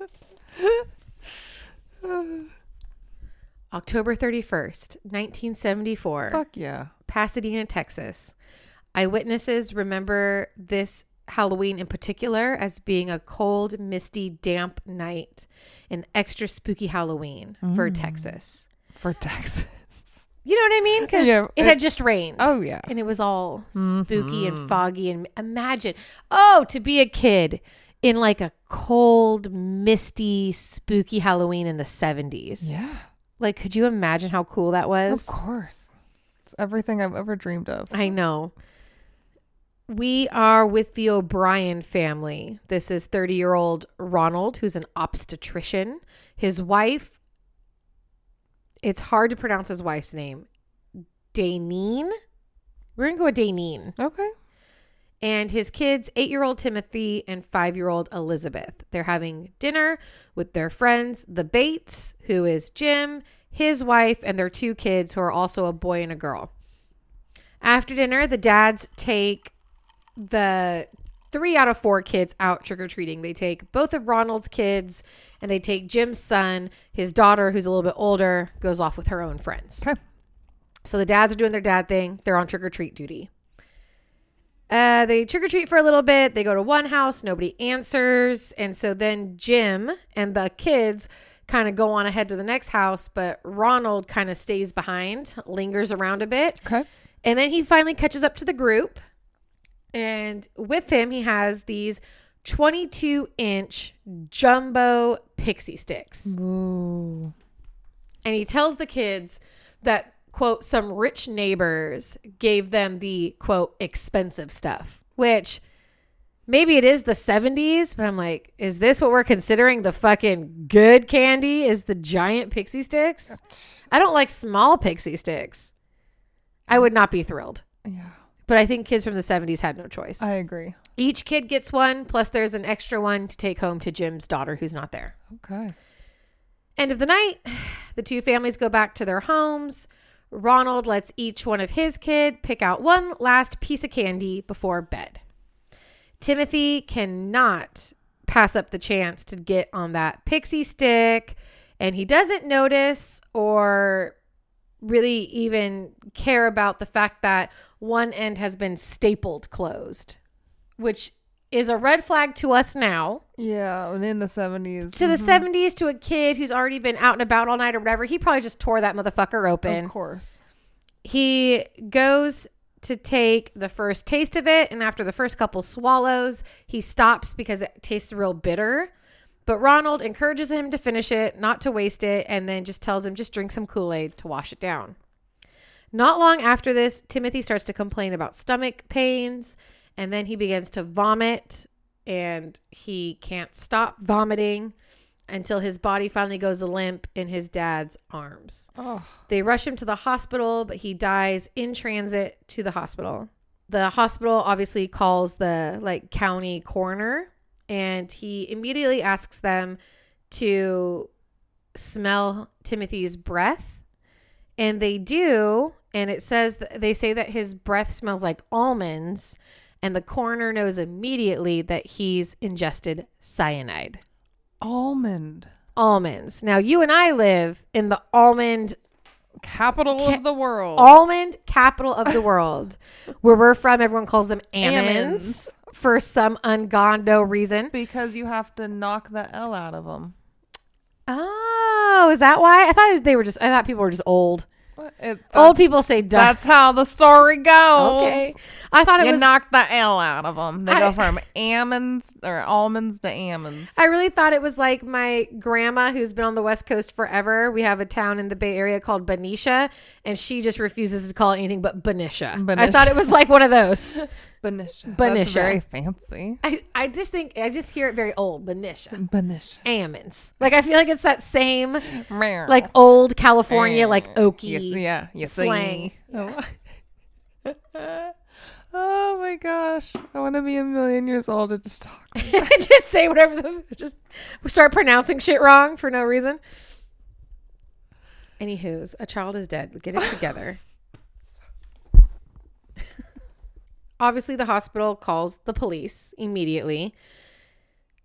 A: October 31st, 1974.
B: Fuck yeah.
A: Pasadena, Texas. Eyewitnesses remember this Halloween in particular as being a cold, misty, damp night, an extra spooky Halloween for
B: Mm.
A: Texas.
B: For Texas.
A: You know what I mean? Because
B: Yeah,
A: it,
B: it-
A: had just rained.
B: Oh yeah.
A: And it was all spooky
B: Mm-hmm.
A: and foggy. And imagine, oh, to be a kid in like a cold, misty, spooky Halloween in the 70s.
B: Yeah.
A: Like, could you imagine how cool that was?
B: Of course. It's everything I've ever dreamed of.
A: I know. We are with the O'Brien family. This is 30 year old Ronald, who's an obstetrician. His wife, it's hard to pronounce his wife's name, Danine. We're going to go with Danine.
B: Okay.
A: And his kids, eight year old Timothy and five year old Elizabeth. They're having dinner with their friends, the Bates, who is Jim, his wife, and their two kids, who are also a boy and a girl. After dinner, the dads take the three out of four kids out trick or treating. They take both of Ronald's kids and they take Jim's son. His daughter, who's a little bit older, goes off with her own friends.
B: Okay.
A: So the dads are doing their dad thing, they're on trick or treat duty. Uh, they trick or treat for a little bit. They go to one house, nobody answers. And so then Jim and the kids kind of go on ahead to the next house, but Ronald kind of stays behind, lingers around a bit.
B: Okay.
A: And then he finally catches up to the group. And with him, he has these 22 inch jumbo pixie sticks.
B: Ooh.
A: And he tells the kids that, quote, some rich neighbors gave them the, quote, expensive stuff, which maybe it is the 70s, but I'm like, is this what we're considering the fucking good candy? Is the giant pixie sticks? I don't like small pixie sticks. I would not be thrilled.
B: Yeah.
A: But I think kids from the 70s had no choice.
B: I agree.
A: Each kid gets one, plus there's an extra one to take home to Jim's daughter who's not there.
B: Okay.
A: End of the night, the two families go back to their homes. Ronald lets each one of his kid pick out one last piece of candy before bed. Timothy cannot pass up the chance to get on that pixie stick, and he doesn't notice or really even care about the fact that one end has been stapled closed, which is a red flag to us now.
B: Yeah, and in the seventies.
A: To the 70s, to a kid who's already been out and about all night or whatever, he probably just tore that motherfucker open.
B: Of course.
A: he goes to take the first taste of it and after the first couple swallows he stops because it tastes real bitter but ronald encourages him to finish it not to waste it and then just tells him just drink some kool-aid to wash it down not long after this timothy starts to complain about stomach pains and then he begins to vomit and he can't stop vomiting until his body finally goes limp in his dad's arms
B: Oh.
A: they rush him to the hospital, but he dies in transit to the hospital. The hospital obviously calls the like county coroner and he immediately asks them to smell Timothy's breath. And they do, and it says th- they say that his breath smells like almonds and the coroner knows immediately that he's ingested cyanide
B: Almond.
A: almonds. Now you and I live in the almond
B: Capital of the world.
A: almond capital of the world. Where we're from, everyone calls them almonds for some ungondo reason.
B: because you have to knock the L out of them.
A: Oh, is that why? I thought they were just. I thought people were just old.
B: It,
A: old people say duh.
B: That's how the story goes.
A: Oh, Okay. I thought it
B: You
A: was.
B: knock the L out of them. They
A: I-
B: go from almonds or almonds to almonds.
A: I really thought it was like my grandma who's been on the West Coast forever. We have a town in the Bay Area called Benicia, and she just refuses to call it anything but Benicia. I
B: Benicia.
A: thought it was like one of those.
B: Benicia.
A: Benicia.
B: That's very fancy.
A: I, I just think, I just hear it very old Benicia.
B: Benicia.
A: Almonds. Like, I feel like it's that same.
B: Meow.
A: like old California,
B: Mm.
A: like oaky.
B: Yes, yeah, yes,
A: slang.
B: I- Oh. Oh my gosh, I want to be a million years old and just talk.
A: just say whatever the just start pronouncing shit wrong for no reason. Anywho's, a child is dead. Get it together. Obviously, the hospital calls the police immediately.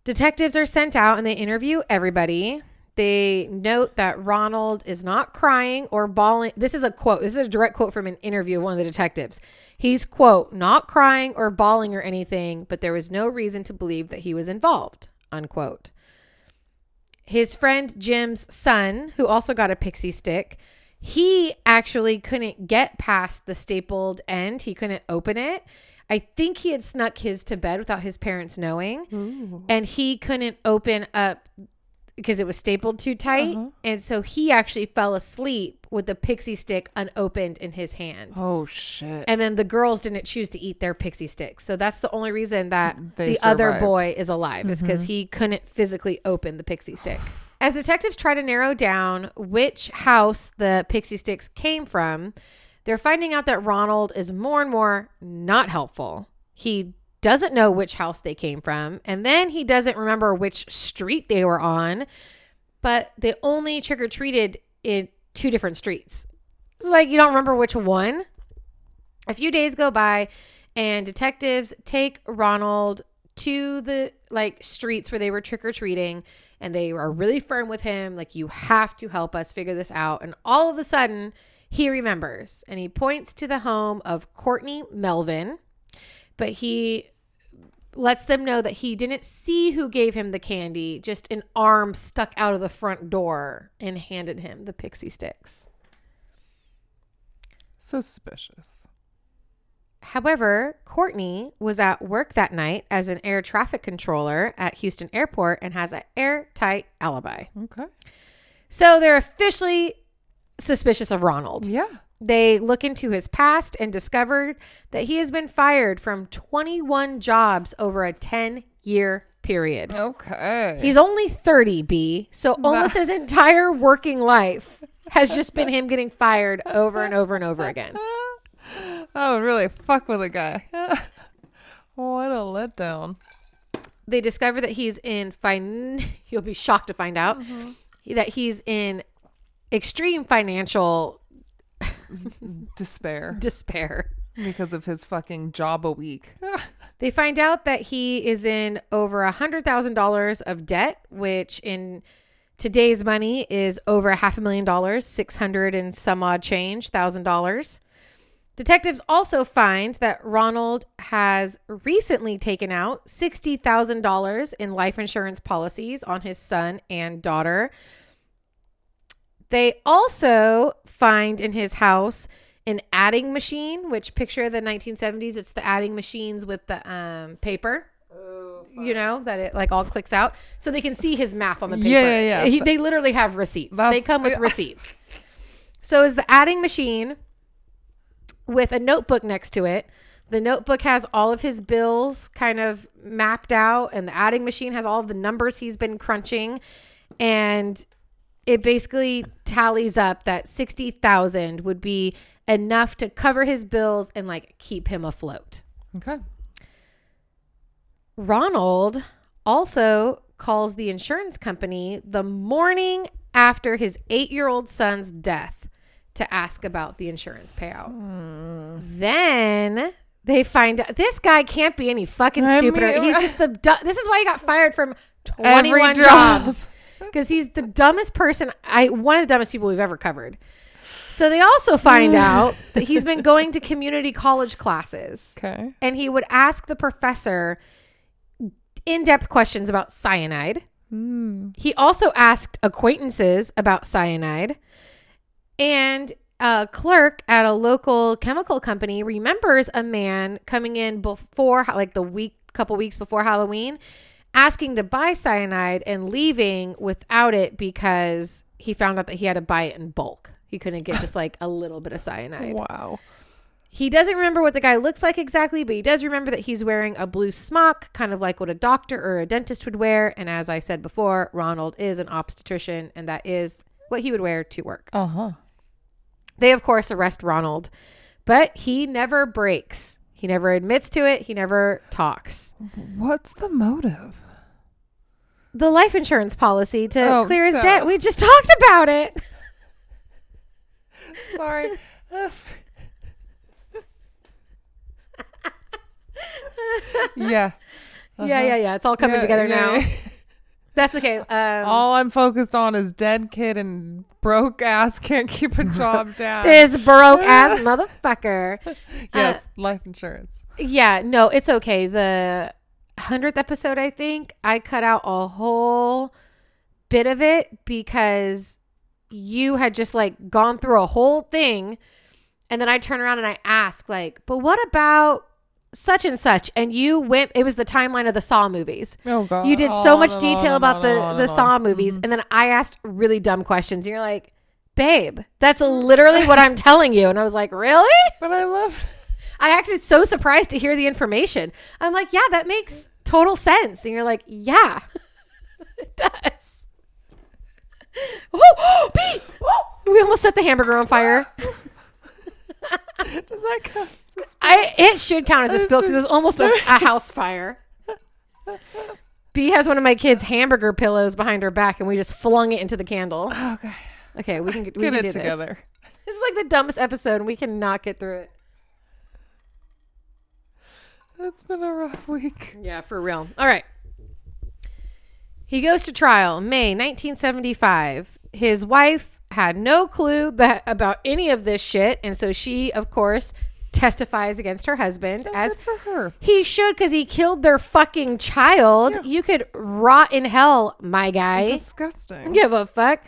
A: Detectives are sent out and they interview everybody. They note that Ronald is not crying or bawling. This is a quote. This is a direct quote from an interview of one of the detectives. He's, quote, not crying or bawling or anything, but there was no reason to believe that he was involved, unquote. His friend Jim's son, who also got a pixie stick, he actually couldn't get past the stapled end. He couldn't open it. I think he had snuck his to bed without his parents knowing and he couldn't open up because it was stapled too tight and so he actually fell asleep with the pixie stick unopened in his hand
B: Oh shit!
A: and then the girls didn't choose to eat their pixie sticks so that's the only reason that
B: They
A: the other
B: survived. Mm-hmm.
A: boy is alive is because he couldn't physically open the pixie stick as detectives try to narrow down which house the pixie sticks came from they're finding out that ronald is more and more not helpful he doesn't know which house they came from and then he doesn't remember which street they were on but they only trick-or-treated in two different streets it's like you don't remember which one a few days go by, and detectives take Ronald to the like streets where they were trick or treating, and they are really firm with him. Like, you have to help us figure this out. And all of a sudden, he remembers and he points to the home of Courtney Melvin, but he lets them know that he didn't see who gave him the candy, just an arm stuck out of the front door and handed him the pixie sticks.
B: Suspicious.
A: However, Courtney was at work that night as an air traffic controller at Houston Airport and has an airtight alibi.
B: Okay.
A: So they're officially suspicious of Ronald.
B: Yeah.
A: They look into his past and discovered that he has been fired from 21 jobs over a 10 year period.
B: Okay.
A: He's only 30, B. So almost his entire working life has just been him getting fired over and over and over again.
B: oh, really? Fuck with a guy. what a letdown.
A: they discover that he's in fin you'll be shocked to find out that he's in extreme financial
B: Despair
A: despair
B: because of his fucking job a week.
A: they find out that he is in over a hundred thousand dollars of debt which in Today's money is over a half a million dollars, 600 and some odd change, thousand dollars. Detectives also find that Ronald has recently taken out $60,000 in life insurance policies on his son and daughter. They also find in his house an adding machine, which picture the 1970s, it's the adding machines with the um, paper. you know that it like all clicks out, so they can see his math on the paper.
B: Yeah, yeah, yeah.
A: He- they literally have receipts. They
B: That's-
A: come with receipts. So is the adding machine with a notebook next to it. The notebook has all of his bills kind of mapped out, and the adding machine has all of the numbers he's been crunching. And it basically tallies up that 60,000 would be enough to cover his bills and like keep him afloat.
B: Okay.
A: Ronald also calls the insurance company the morning after his eight year old son's death to ask about the insurance payout.
B: Hmm.
A: Then they find out this guy can't be any fucking
B: I
A: stupider.
B: mean-
A: he's just the du- this is why he got fired from
B: Every
A: 21
B: job.
A: jobs because he's the dumbest person I one of the dumbest people we've ever covered. So they also find out that he's been going to community college classes
B: Okay.
A: and he would ask the professor in-depth questions about cyanide. He also asked acquaintances about cyanide, and a clerk at a local chemical company remembers a man coming in before, like the week, couple weeks before Halloween, asking to buy cyanide and leaving without it because he found out that he had to buy it in bulk. He couldn't get just like a little bit of cyanide.
B: Wow.
A: He doesn't remember what the guy looks like exactly, but he does remember that he's wearing a blue smock, kind of like what a doctor or a dentist would wear. And as I said before, Ronald is an obstetrician, and that is what he would wear to work.
B: Uh huh.
A: They, of course, arrest Ronald, but he never breaks. He never admits to it, he never talks.
B: What's the motive?
A: The life insurance policy to
B: Oh,
A: clear his
B: duh.
A: debt, we just talked about it.
B: Sorry. yeah.
A: Yeah, yeah, yeah. It's all coming
B: Uh-huh. Yeah,
A: together
B: yeah,
A: now.
B: yeah.
A: That's okay. Um,
B: All I'm focused on is dead kid and broke ass can't keep a job down.
A: this broke ass motherfucker.
B: yes, life insurance.
A: Yeah, no, it's okay. The 100th episode, I think, I cut out a whole bit of it because you had just like gone through a whole thing. And then I turn around and I ask, like, but what about such and such? And you went, it was the timeline of the Saw movies.
B: Oh god.
A: You did so
B: on
A: much
B: and
A: detail
B: on
A: about
B: and on and
A: the, the
B: on.
A: Saw movies. And then I asked really dumb questions. And you're like, babe, that's literally what I'm telling you. And I was like, really?
B: But I love
A: I acted so surprised to hear the information. I'm like, yeah, that makes total sense. And you're like, yeah, it does. Oh, bee! Woo! We almost set the hamburger on fire.
B: Does that count?
A: I it should count as a spill because it was almost a, a house fire. Bee has one of my kids' hamburger pillows behind her back, and we just flung it into the candle.
B: Okay.
A: Okay, we can we
B: Get
A: can do
B: it
A: this.
B: together.
A: This is like the dumbest episode, and we cannot get through it.
B: It's been a rough week.
A: Yeah, for real. All right. He goes to trial May 1975. His wife had no clue that about any of this shit, and so she, of course, testifies against her husband as
B: Good for her.
A: he should because he killed their fucking child. You could rot in hell, my guy.
B: Disgusting.
A: Give a fuck.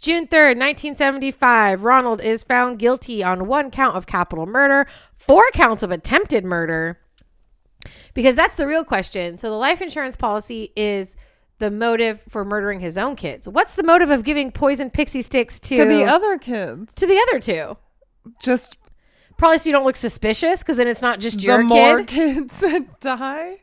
A: June 3rd, 1975, Ronald is found guilty on one count of capital murder, four counts of attempted murder. Because that's the real question. So the life insurance policy is the motive for murdering his own kids. What's the motive of giving poison pixie sticks to,
B: To the other kids.
A: to the other two?
B: Just
A: Probably so you don't look suspicious because then it's not just your
B: the more
A: kid.
B: kids that die.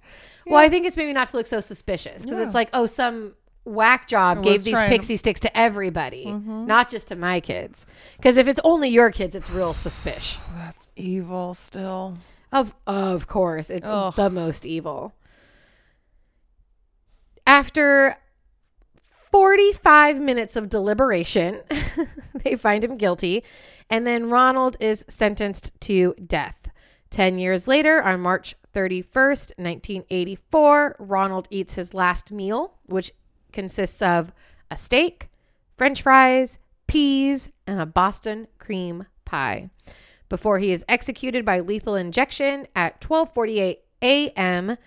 A: Well, I think it's maybe not to look so suspicious because
B: Yeah.
A: it's like, oh, some whack job gave
B: was
A: these
B: trying to- Mm-hmm.
A: pixie sticks to everybody, not just to my kids. Because if it's only your kids, it's real suspicious.
B: That's evil still.
A: Of of course, it's
B: Ugh.
A: the most evil. After 45 minutes of deliberation, they find him guilty, and then Ronald is sentenced to death. 10 years later, on March 31st, 1984, Ronald eats his last meal, which consists of a steak, french fries, peas, and a Boston cream pie before he is executed by lethal injection at 12:48 a.m.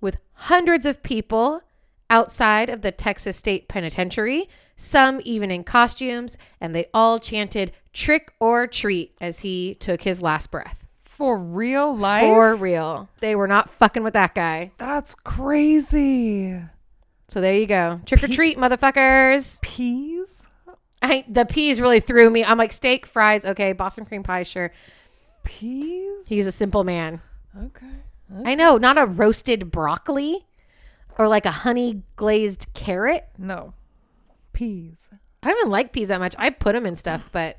A: with hundreds of people outside of the Texas State Penitentiary, some even in costumes, and they all chanted trick or treat as he took his last breath.
B: For real life?
A: For real. They were not fucking with that guy.
B: That's crazy.
A: So there you go. Trick or treat, motherfuckers.
B: Peas?
A: I, the peas really threw me. I'm like steak, fries, okay, Boston cream pie, sure.
B: Peas?
A: He's a simple man.
B: Okay.
A: I know, not a roasted broccoli or like a honey glazed carrot.
B: No. Peas.
A: I don't even like peas that much. I put them in stuff, but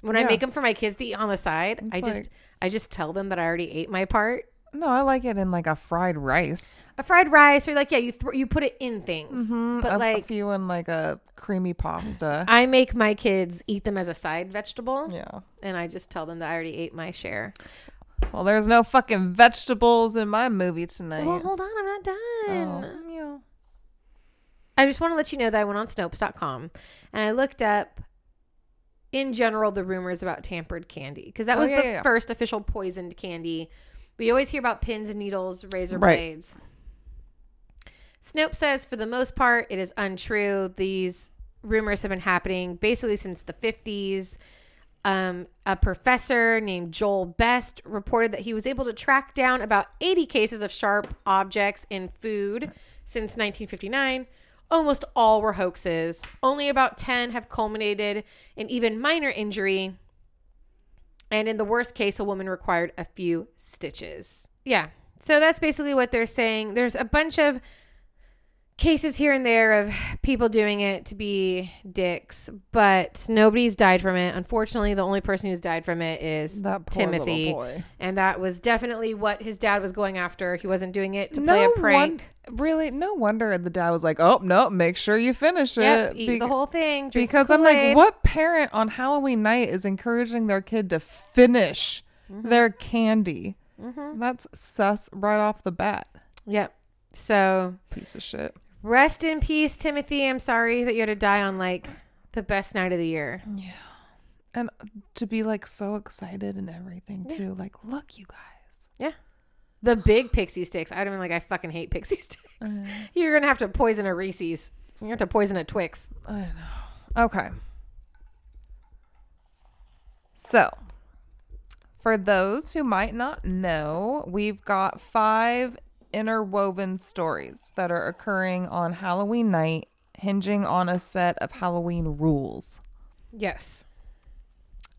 A: when I
B: Yeah.
A: make them for my kids to eat on the side, I just
B: like-
A: I just tell them that I already ate my part.
B: No, I like it in like a fried rice.
A: A fried rice or like yeah, you throw you put it in things. But
B: Mm-hmm. a, a
A: like
B: few in like a creamy pasta.
A: I make my kids eat them as a side vegetable
B: yeah.
A: and I just tell them that I already ate my share.
B: Well, there's no fucking vegetables in my movie tonight.
A: Well, hold on, I'm not done.
B: Oh, yeah.
A: I just want to let you know that I went on Snopes.com and I looked up in general the rumors about tampered candy because that
B: Oh,
A: was
B: yeah,
A: the
B: yeah, yeah.
A: first official poisoned candy. We always hear about pins and needles, razor
B: Right.
A: blades. Snopes says for the most part it is untrue. These rumors have been happening basically since the 50s. Um, a professor named Joel Best reported that he was able to track down about 80 cases of sharp objects in food since 1959. Almost all were hoaxes. Only about 10 have culminated in even minor injury. And in the worst case, a woman required a few stitches. Yeah. So that's basically what they're saying. There's a bunch of cases here and there of people doing it to be dicks, but nobody's died from it. Unfortunately, the only person who's died from it is
B: That poor little
A: Timothy.
B: boy.
A: And that was definitely what his dad was going after. He wasn't doing it to
B: no
A: play a prank.
B: One, really, no wonder the dad was like, "Oh no, make sure you finish
A: Yep,
B: it."
A: eat
B: Be-
A: the whole thing. drink some
B: because I'm like,
A: Kool-Aid.
B: what parent on Halloween night is encouraging their kid to finish
A: Mm-hmm.
B: their candy? That's sus right off the bat.
A: Yep. So
B: Piece of shit.
A: rest in peace, Timothy. I'm sorry that you had to die on like the best night of the year.
B: And to be like so excited and everything too. Like, look, you guys.
A: Yeah. The big pixie sticks. I would have been like, I fucking hate pixie sticks. You're gonna have to poison a Reese's. You're gonna have to poison a Twix.
B: I know. Okay. So, for those who might not know, we've got five interwoven stories that are occurring on Halloween night, hinging on a set of Halloween rules.
A: Yes.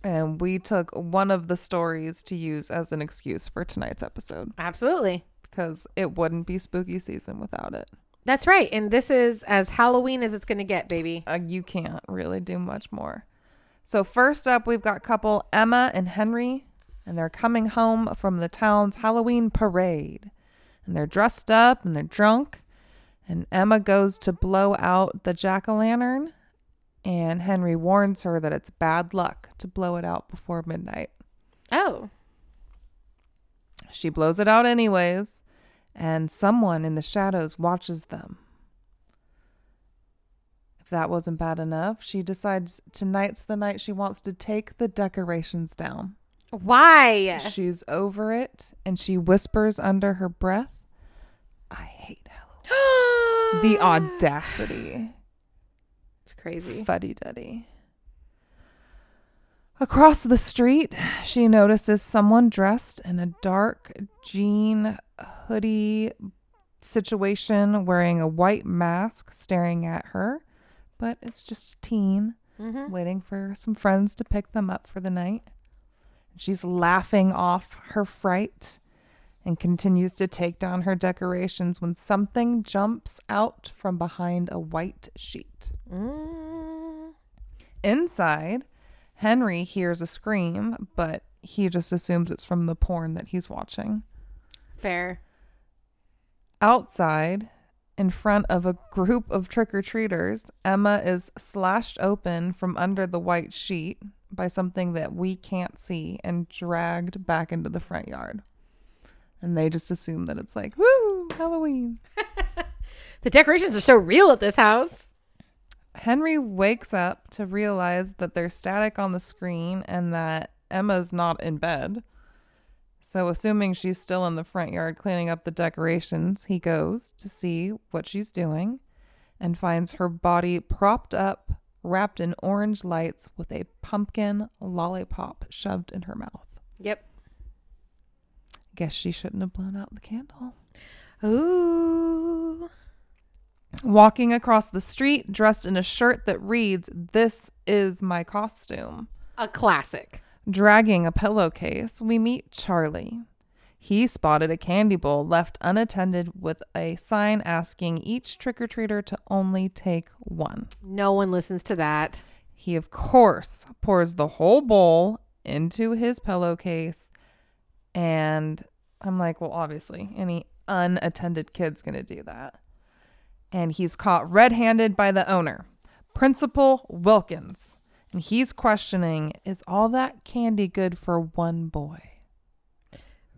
B: And we took one of the stories to use as an excuse for tonight's episode
A: Absolutely.
B: because it wouldn't be spooky season without it.
A: That's right. And this is as Halloween as it's gonna get, baby.
B: uh, you can't really do much more. So first up, we've got couple Emma and Henry, and they're coming home from the town's Halloween parade, and they're dressed up and they're drunk, and Emma goes to blow out the jack o' lantern, and Henry warns her that it's bad luck to blow it out before midnight.
A: Oh.
B: She blows it out anyways, and someone in the shadows watches them. If that wasn't bad enough, she decides tonight's the night she wants to take the decorations down.
A: Why?
B: She's over it, and she whispers under her breath, I hate Halloween. The audacity.
A: It's crazy.
B: Fuddy duddy. Across the street, she notices someone dressed in a dark jean hoodie situation, wearing a white mask, staring at her. But it's just a teen waiting for some friends to pick them up for the night. She's laughing off her fright and continues to take down her decorations when something jumps out from behind a white sheet.
A: Mm.
B: Inside, Henry hears a scream, but he just assumes it's from the porn that he's watching.
A: Fair.
B: Outside, in front of a group of trick or treaters, Emma is slashed open from under the white sheet by something that we can't see and dragged back into the front yard. And they just assume that it's like, woo, Halloween.
A: The decorations are so real at this house.
B: Henry wakes up to realize that there's static on the screen and that Emma's not in bed. So, assuming she's still in the front yard cleaning up the decorations, he goes to see what she's doing and finds her body propped up, wrapped in orange lights, with a pumpkin lollipop shoved in her mouth.
A: Yep.
B: Guess she shouldn't have blown out the candle.
A: Ooh.
B: Walking across the street, dressed in a shirt that reads, This is my costume.
A: A classic.
B: Dragging a pillowcase, we meet Charlie. He spotted a candy bowl left unattended with a sign asking each trick or treater to only take one.
A: No one listens to that.
B: He, of course, pours the whole bowl into his pillowcase. And I'm like, well, obviously, any unattended kid's going to do that. And he's caught red handed by the owner, Principal Wilkins. And he's questioning is all that candy good for one boy?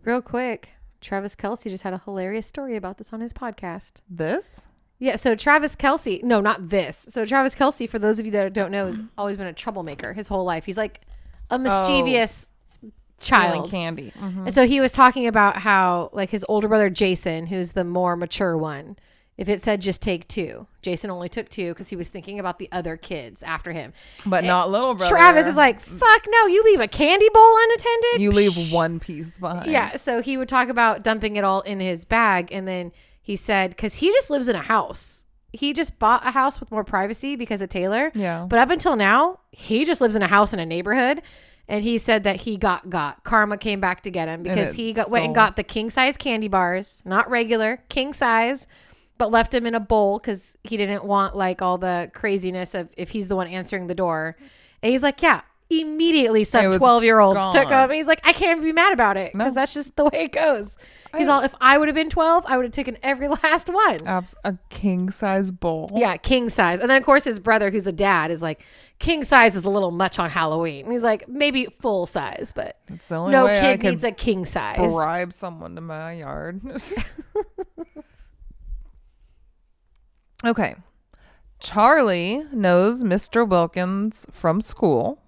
A: Real quick, Travis Kelsey just had a hilarious story about this on his podcast.
B: This?
A: Yeah, so Travis Kelsey, no, not this. So Travis Kelsey, for those of you that don't know, has always been a troublemaker his whole life. He's like a mischievous
B: Feeling
A: child.
B: candy. Mhm.
A: And so he was talking about how, like, his older brother Jason, who's the more mature one, if it said just take two, Jason only took two because he was thinking about the other kids after him.
B: But not little brother.
A: Travis is like, fuck no, you leave a candy bowl unattended?
B: you leave one piece behind.
A: Yeah, so he would talk about dumping it all in his bag, and then he said because he just lives in a house. He just bought a house with more privacy because of Taylor.
B: Yeah.
A: But up until now, he just lives in a house in a neighborhood. And he said that he got got karma came back to get him because
B: it
A: he got went and
B: stole.
A: got the king size candy bars, not regular king size, but left him in a bowl because he didn't want like all the craziness of if he's the one answering the door. And he's like, yeah. Immediately,
B: It
A: some
B: was
A: twelve year olds took
B: gone.
A: him. He's like, I can't be mad about it because that's just the way it goes. He's all, if I would have been 12, I would have taken every last one.
B: Abs- a king size bowl.
A: yeah, king size. And then, of course, his brother, who's a dad, is like, king size is a little much on Halloween. And he's like, maybe full size, but
B: It's the only
A: no
B: way I
A: kid
B: could
A: needs a king size.
B: bribe someone to my yard. okay. Charlie knows Mr. Wilkins from school,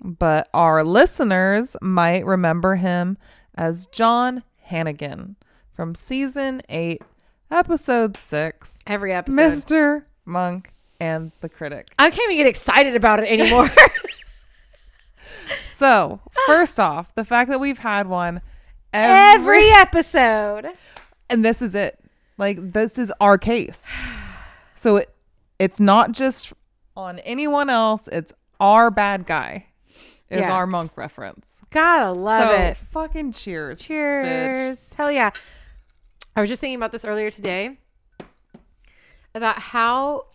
B: but our listeners might remember him as John Hannigan from season 8, episode 6,
A: Every episode.
B: Mr. Monk and the Critic.
A: I can't even get excited about it anymore.
B: So, first off, the fact that we've had one every
A: every episode.
B: and this is it like this is our case so it it's not just on anyone else it's our bad guy is
A: Yeah.
B: our monk reference
A: Gotta love
B: so
A: it.
B: fucking cheers bitch.
A: Cheers. Hell yeah. I was just thinking about this earlier today about how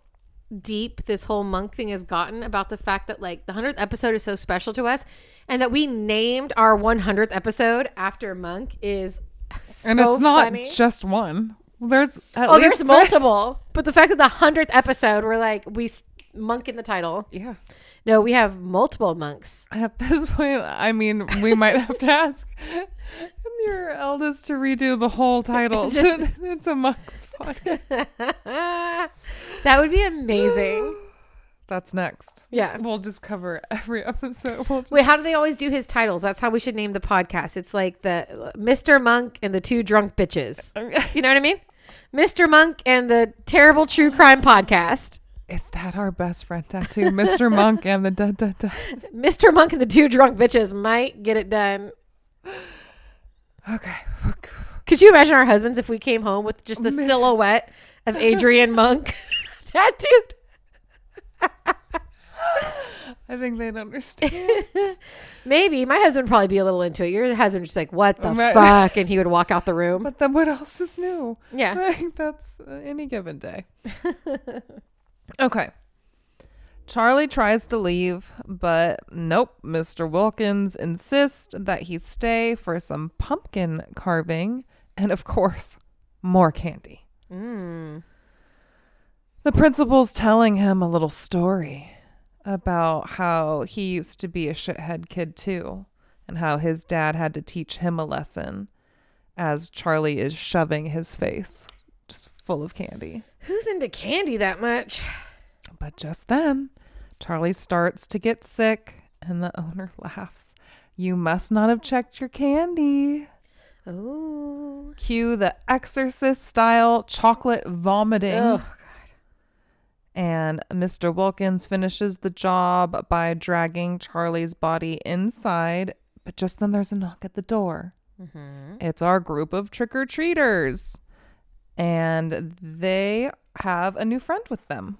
A: deep this whole monk thing has gotten about the fact that like the 100th episode is so special to us and that we named our 100th episode after monk is so
B: and it's not
A: funny.
B: just one there's at
A: oh,
B: least
A: there's multiple. But the fact that the 100th episode we're like we s- monk in the title.
B: yeah
A: No, we have multiple monks.
B: at this point i mean we might have to ask your eldest to redo the whole title
A: Just-
B: it's a monk's podcast
A: that would be amazing.
B: that's next
A: Yeah.
B: we'll just cover every episode we'll
A: Wait, how do they always do his titles? That's how we should name the podcast. It's like the Mr. Monk and the two drunk bitches.
B: just-
A: You know what I mean? Mr. Monk and the terrible true crime podcast.
B: Is that our best friend tattoo, Mr. Monk and the da da da?
A: Mr. Monk and the two drunk bitches might get it done.
B: Okay.
A: Could you imagine our husbands if we came home with just the silhouette of Adrian Monk tattooed?
B: I think they'd understand.
A: Maybe my husband would probably be a little into it. Your husband just like, what the
B: Right.
A: fuck, and he would walk out the room.
B: But then what else is new?
A: Yeah,
B: Like, that's uh, any given day. okay. Charlie tries to leave, but nope. Mr. Wilkins insists that he stay for some pumpkin carving and, of course, more candy.
A: Hmm.
B: The principal's telling him a little story about how he used to be a shithead kid too, and how his dad had to teach him a lesson as Charlie is shoving his face just full of candy.
A: who's into candy that much?
B: But just then, Charlie starts to get sick, and the owner laughs. You must not have checked your candy.
A: Oh.
B: Cue the exorcist style chocolate vomiting.
A: Ugh.
B: And Mr. Wilkins finishes the job by dragging Charlie's body inside. But just then there's a knock at the door. It's our group of trick or treaters. And they have a new friend with them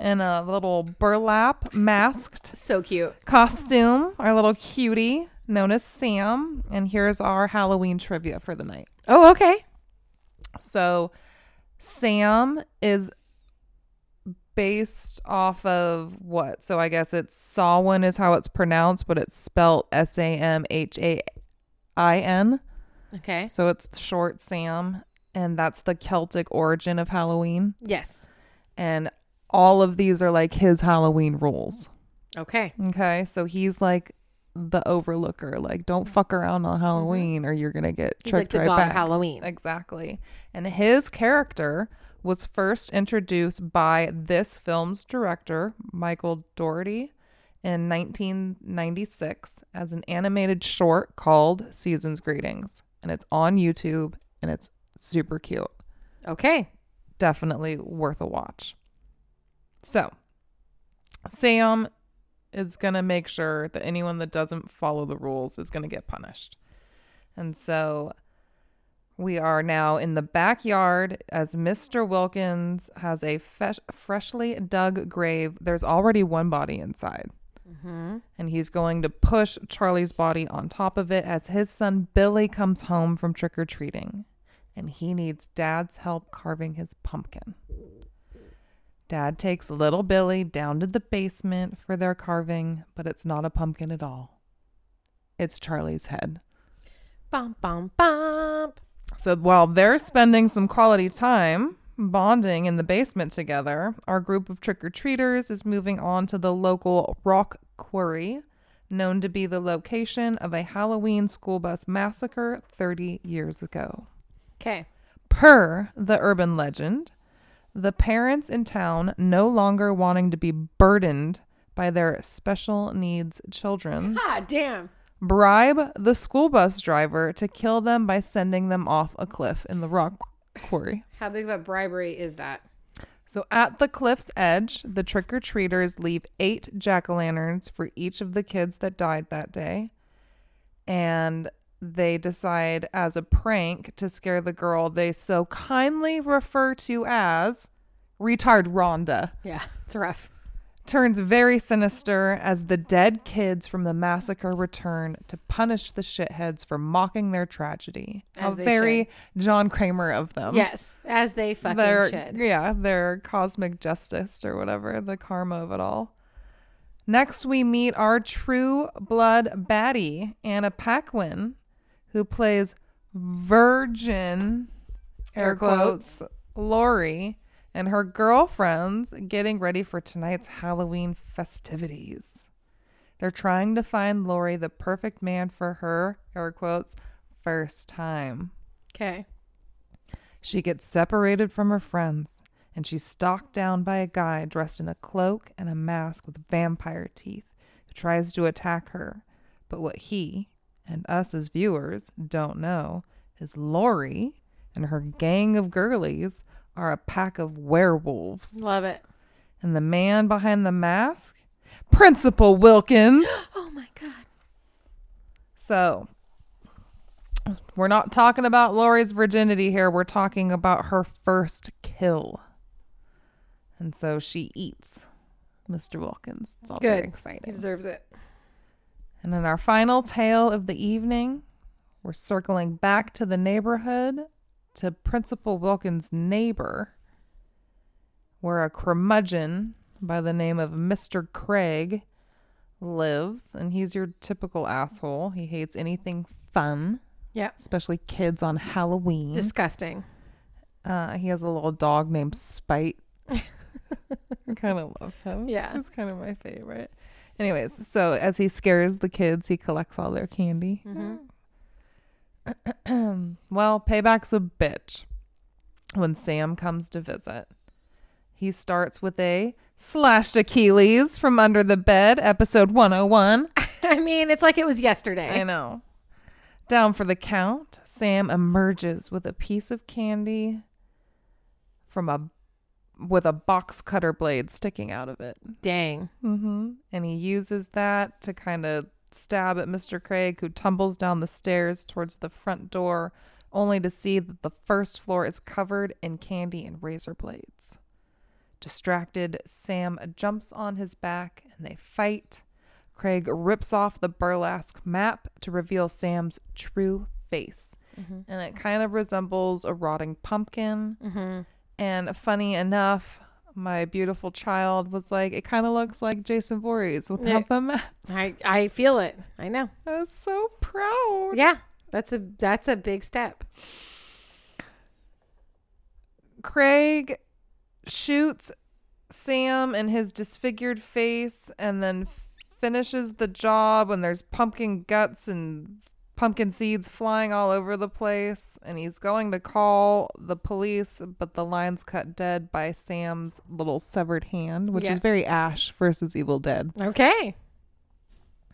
B: in a little burlap masked
A: So cute.
B: costume, our little cutie known as Sam. And here's our Halloween trivia for the night.
A: Oh, okay.
B: So Sam is based off of what? So I guess it's Samhain is how it's pronounced, but it's spelt S A M H A I N.
A: Okay.
B: So it's short Sam, and that's the Celtic origin of Halloween.
A: Yes.
B: And all of these are like his Halloween rules.
A: Okay.
B: Okay. So he's like the overlooker. Like, don't fuck around on Halloween or you're going to get
A: Mm-hmm. He's like
B: tricked
A: the
B: right
A: god
B: back.
A: of Halloween.
B: Exactly. And his character was first introduced by this film's director, Michael Doherty, in 1996 as an animated short called Season's Greetings. And it's on YouTube and it's super cute.
A: Okay.
B: Definitely worth a watch. So, Sam is going to make sure that anyone that doesn't follow the rules is going to get punished. And so we are now in the backyard as Mr. Wilkins has a fe- freshly dug grave. There's already one body inside. And he's going to push Charlie's body on top of it as his son Billy comes home from trick or treating. And he needs dad's help carving his pumpkin. Dad takes little Billy down to the basement for their carving, but it's not a pumpkin at all. It's Charlie's head.
A: Bum bum bum.
B: So while they're spending some quality time bonding in the basement together, our group of trick or treaters is moving on to the local rock quarry, known to be the location of a Halloween school bus massacre 30 years ago.
A: Okay.
B: Per the urban legend, the parents in town no longer wanting to be burdened by their special needs children
A: Ah, damn.
B: bribe the school bus driver to kill them by sending them off a cliff in the rock quarry.
A: How big of a bribery is that?
B: So at the cliff's edge, the trick or treaters leave eight jack o' lanterns for each of the kids that died that day. And they decide, as a prank, to scare the girl they so kindly refer to as Retard Rhonda
A: Yeah, it's rough.
B: turns very sinister as the dead kids from the massacre return to punish the shitheads for mocking their tragedy.
A: As
B: How
A: they
B: very John Kramer of them.
A: Yes, as they fucking
B: Their,
A: should.
B: yeah, their cosmic justice or whatever, the karma of it all. Next, we meet our true blood baddie, Anna Paquin, who plays Virgin, air
A: Air quotes.
B: quotes, Lori, and her girlfriends getting ready for tonight's Halloween festivities. They're trying to find Lori the perfect man for her, air quotes, first time.
A: Okay.
B: She gets separated from her friends, and she's stalked down by a guy dressed in a cloak and a mask with vampire teeth who tries to attack her. But what he and us as viewers don't know is Lori and her gang of girlies are a pack of werewolves.
A: Love it.
B: And the man behind the mask? Principal Wilkins!
A: Oh my god.
B: So we're not talking about Lori's virginity here. We're talking about her first kill. And so she eats Mr. Wilkins. It's all very
A: Good. He
B: exciting.
A: deserves it.
B: And in our final tale of the evening, we're circling back to the neighborhood to Principal Wilkins' neighbor, where a curmudgeon by the name of Mr. Craig lives. And he's your typical asshole. He hates anything fun,
A: Yeah.
B: especially kids on
A: Hmm?
B: Halloween.
A: Disgusting.
B: uh, he has a little dog named Spite. I kind of love him.
A: Yeah.
B: It's kind of my favorite. Anyways, so as he scares the kids, he collects all their candy. well, payback's a bitch when Sam comes to visit. He starts with a slashed Achilles from under the bed, episode 101.
A: I mean, it's like it was yesterday.
B: I know. Down for the count, Sam emerges with a piece of candy from a with a box cutter blade sticking out of it.
A: Dang.
B: Mm-hmm. And he uses that to kind of stab at Mr. Craig, who tumbles down the stairs towards the front door, only to see that the first floor is covered in candy and razor blades. Distracted, Sam jumps on his back and they fight. Craig rips off the burlesque map to reveal Sam's true face. And it kind of resembles a rotting pumpkin. And funny enough, my beautiful child was like, it kind of looks like Jason Voorhees without the mask.
A: I, I feel it. I know.
B: I was so proud.
A: Yeah. That's a that's a big step.
B: Craig shoots Sam in his disfigured face and then finishes the job when there's pumpkin guts and pumpkin seeds flying all over the place and he's going to call the police but the line's cut dead by Sam's little severed hand which
A: Yeah.
B: is very Ash versus Evil Dead.
A: Okay.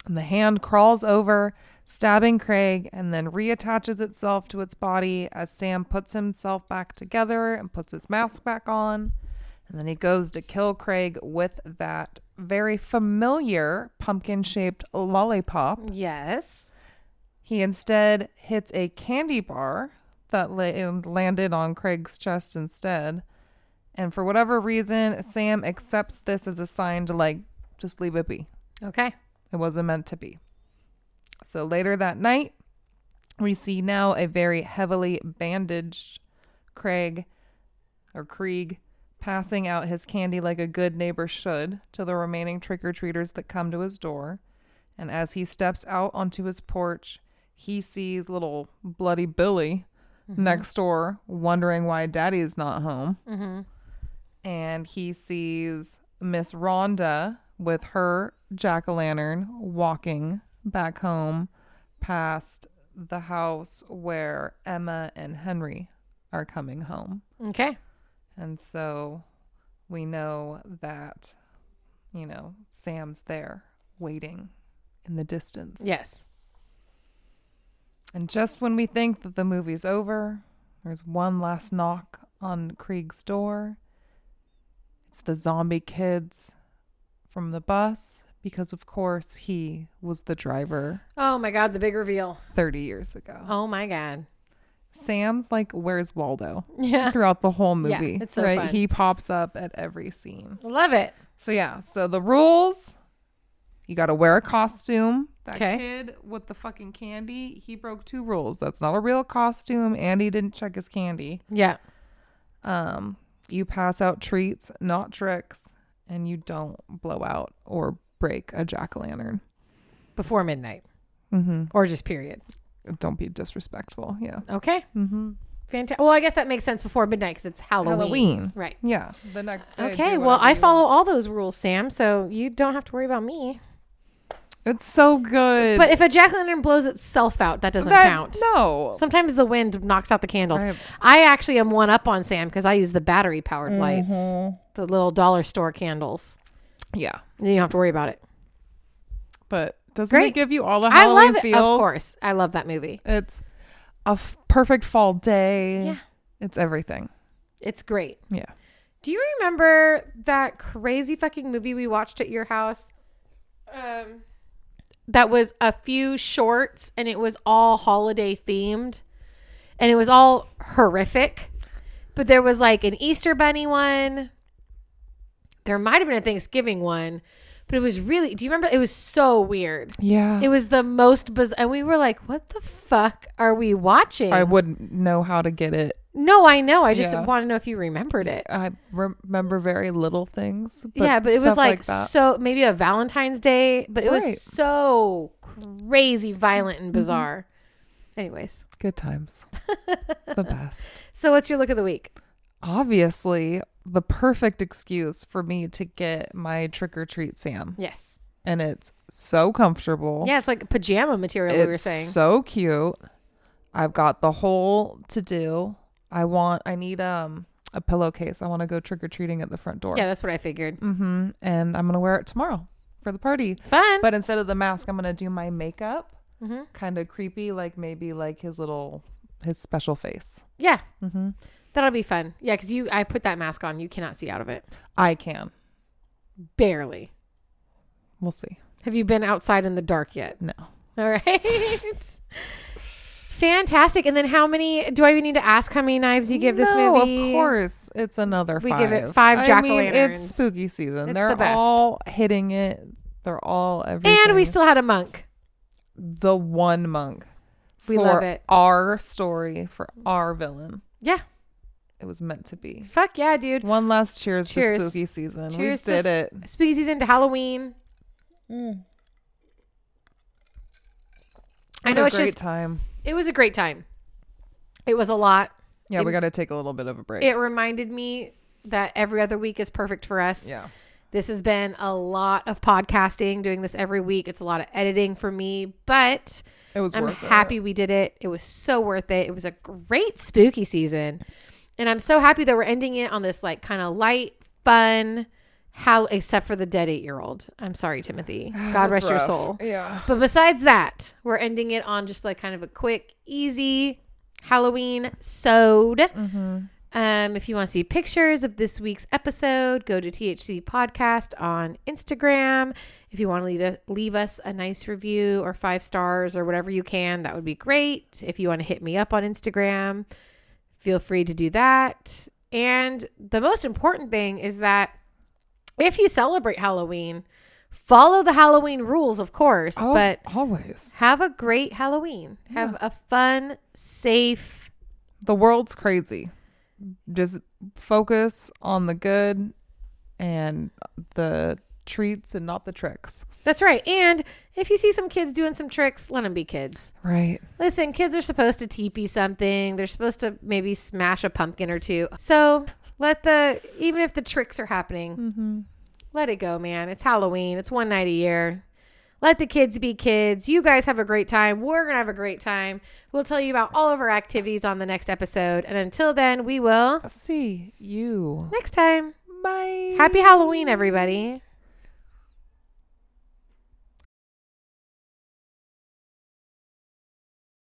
B: And the hand crawls over, stabbing Craig, and then reattaches itself to its body as Sam puts himself back together and puts his mask back on. And then he goes to kill Craig with that very familiar pumpkin shaped lollipop.
A: Yes.
B: He instead hits a candy bar that la- landed on Craig's chest instead. And for whatever reason, Sam accepts this as a sign to, like, just leave it be.
A: Okay.
B: It wasn't meant to be. So later that night, we see now a very heavily bandaged Craig or Krieg passing out his candy like a good neighbor should to the remaining trick or treaters that come to his door. And as he steps out onto his porch, he sees little bloody Billy next door wondering why daddy is not home
A: Mm-hmm.
B: and he sees Miss Rhonda with her jack o' lantern walking back home past the house where Emma and Henry are coming home.
A: Okay.
B: And so we know that, you know, Sam's there waiting in the distance.
A: Yes.
B: And just when we think that the movie's over, there's one last knock on Krieg's door. It's the zombie kids from the bus, because of course he was the driver
A: Oh my god, the big reveal.
B: 30 years ago.
A: Oh my god.
B: Sam's like, Where's Waldo?
A: Yeah.
B: throughout the whole
A: Yeah,
B: movie.
A: it's so
B: right?
A: fun.
B: He pops up at every scene.
A: Love it.
B: So, yeah, so the rules you got to wear a costume. That
A: 'Kay.
B: kid with the fucking candy, he broke two rules. That's not a real costume, and he didn't check his candy.
A: Yeah.
B: Um, you pass out treats, not tricks, and you don't blow out or break a jack o' lantern.
A: Before midnight.
B: Mm-hmm.
A: Or just period.
B: Don't be disrespectful. Yeah.
A: Okay.
B: Mm-hmm.
A: Fantastic. Well, I guess that makes sense before midnight because it's Halloween.
B: Halloween.
A: Right.
B: Yeah. The next day.
A: Okay.
B: do
A: Well,
B: whatever
A: I
B: you
A: follow all those rules, Sam, so you don't have to worry about me.
B: want. It's so good.
A: But if a jack o' lantern blows itself out, that doesn't
B: That-
A: count.
B: No.
A: Sometimes the wind knocks out the candles.
B: Right.
A: I actually am one up on Sam because I use the battery powered
B: Mm-hmm.
A: lights, the little dollar store candles.
B: yeah.
A: You don't have to worry about it.
B: But doesn't
A: Great.
B: it give you all the
A: I
B: Halloween
A: love it.
B: feels?
A: Of course. I love that movie.
B: It's a f- perfect fall day.
A: Yeah.
B: It's everything.
A: It's great.
B: Yeah.
A: Do you remember that crazy fucking movie we watched at your house? Um, that was a few shorts and it was all holiday themed and it was all horrific. But there was like an Easter bunny one. There might have been a Thanksgiving one, but it was really, do you remember? It was so weird.
B: Yeah.
A: It was the most bizarre. And we were like, what the fuck are we watching?
B: I wouldn't know how to get it.
A: no, I know. I just
B: Yeah.
A: want to know if you remembered it.
B: I remember very little things.
A: yeah, but it was
B: stuff
A: like,
B: that.
A: so maybe a Valentine's Day, but it
B: Right.
A: was so crazy violent and bizarre. Mm-hmm. Anyways,
B: Good times. the best.
A: so what's your look of the week?
B: Obviously, the perfect excuse for me to get my trick or treat Sam.
A: Yes.
B: And it's so comfortable.
A: Yeah, it's like pajama material we were
B: It's
A: saying.
B: so cute. I've got the whole to do. I want I need um a a pillowcase. I want to go trick or treating at the front door.
A: Yeah, that's what I figured.
B: Mm-hmm. And I'm gonna wear it tomorrow for the party.
A: Fun.
B: But instead of the mask, I'm gonna do my makeup.
A: Mm-hmm.
B: Kind of creepy, like maybe like his little his special face. Mm-hmm.
A: yeah. That'll be fun. Yeah, because you, I put that mask on. You cannot see out of it.
B: I can.
A: Barely.
B: We'll see.
A: Have you been outside in the dark yet?
B: No.
A: All right. Fantastic. And then how many do I even need to ask how many knives you give this
B: no,
A: movie?
B: of course, it's another.
A: We
B: five.
A: give it five
B: I mean,
A: jack-o'-lanterns.
B: it's spooky season.
A: It's
B: They're
A: the best.
B: all hitting it. They're all everything.
A: And we still had a monk.
B: the one monk.
A: We
B: for
A: love it.
B: Our story for our villain.
A: Yeah.
B: It was meant to be.
A: Fuck yeah, dude.
B: One last cheers,
A: Cheers.
B: to spooky season.
A: Cheers
B: we did
A: to
B: it.
A: Spooky season to Halloween. I
B: What
A: know
B: a
A: it's
B: great
A: just
B: time.
A: it was a great time. It was a lot.
B: Yeah, we got to take a little bit of a break.
A: It reminded me that every other week is perfect for us.
B: yeah.
A: This has been a lot of podcasting, doing this every week. It's a lot of editing for me, but
B: It was
A: I'm
B: worth it.
A: happy we did it. It was so worth it. It was a great spooky season. And I'm so happy that we're ending it on this like kind of light, fun how except for the dead 8-year-old. I'm sorry, Timothy. God
B: It was
A: rest your
B: rough.
A: soul.
B: Yeah.
A: But besides that, we're ending it on just like kind of a quick, easy Halloween sewed. Um, if you want to see pictures of this week's episode, go to THC Podcast on Instagram. If you want to leave, a, leave us a nice review or five stars or whatever you can, that would be great. If you want to hit me up on Instagram, feel free to do that. And the most important thing is that if you celebrate Halloween, follow the Halloween rules, of course,
B: Oh,
A: but
B: always.
A: have a great Halloween. Have a fun, safe,
B: The world's crazy. Just focus on the good and the treats and not the tricks.
A: that's right. And if you see some kids doing some tricks, let them be kids.
B: Right.
A: Listen, kids are supposed to teepee something. They're supposed to maybe smash a pumpkin or two. So let the, even if the tricks are happening,
B: Mm-hmm.
A: let it go, man. It's Halloween. It's one night a year. Let the kids be kids. You guys have a great time. We're going to have a great time. We'll tell you about all of our activities on the next episode. And until then, we will
B: See you.
A: next time.
B: Bye.
A: Happy Halloween, everybody.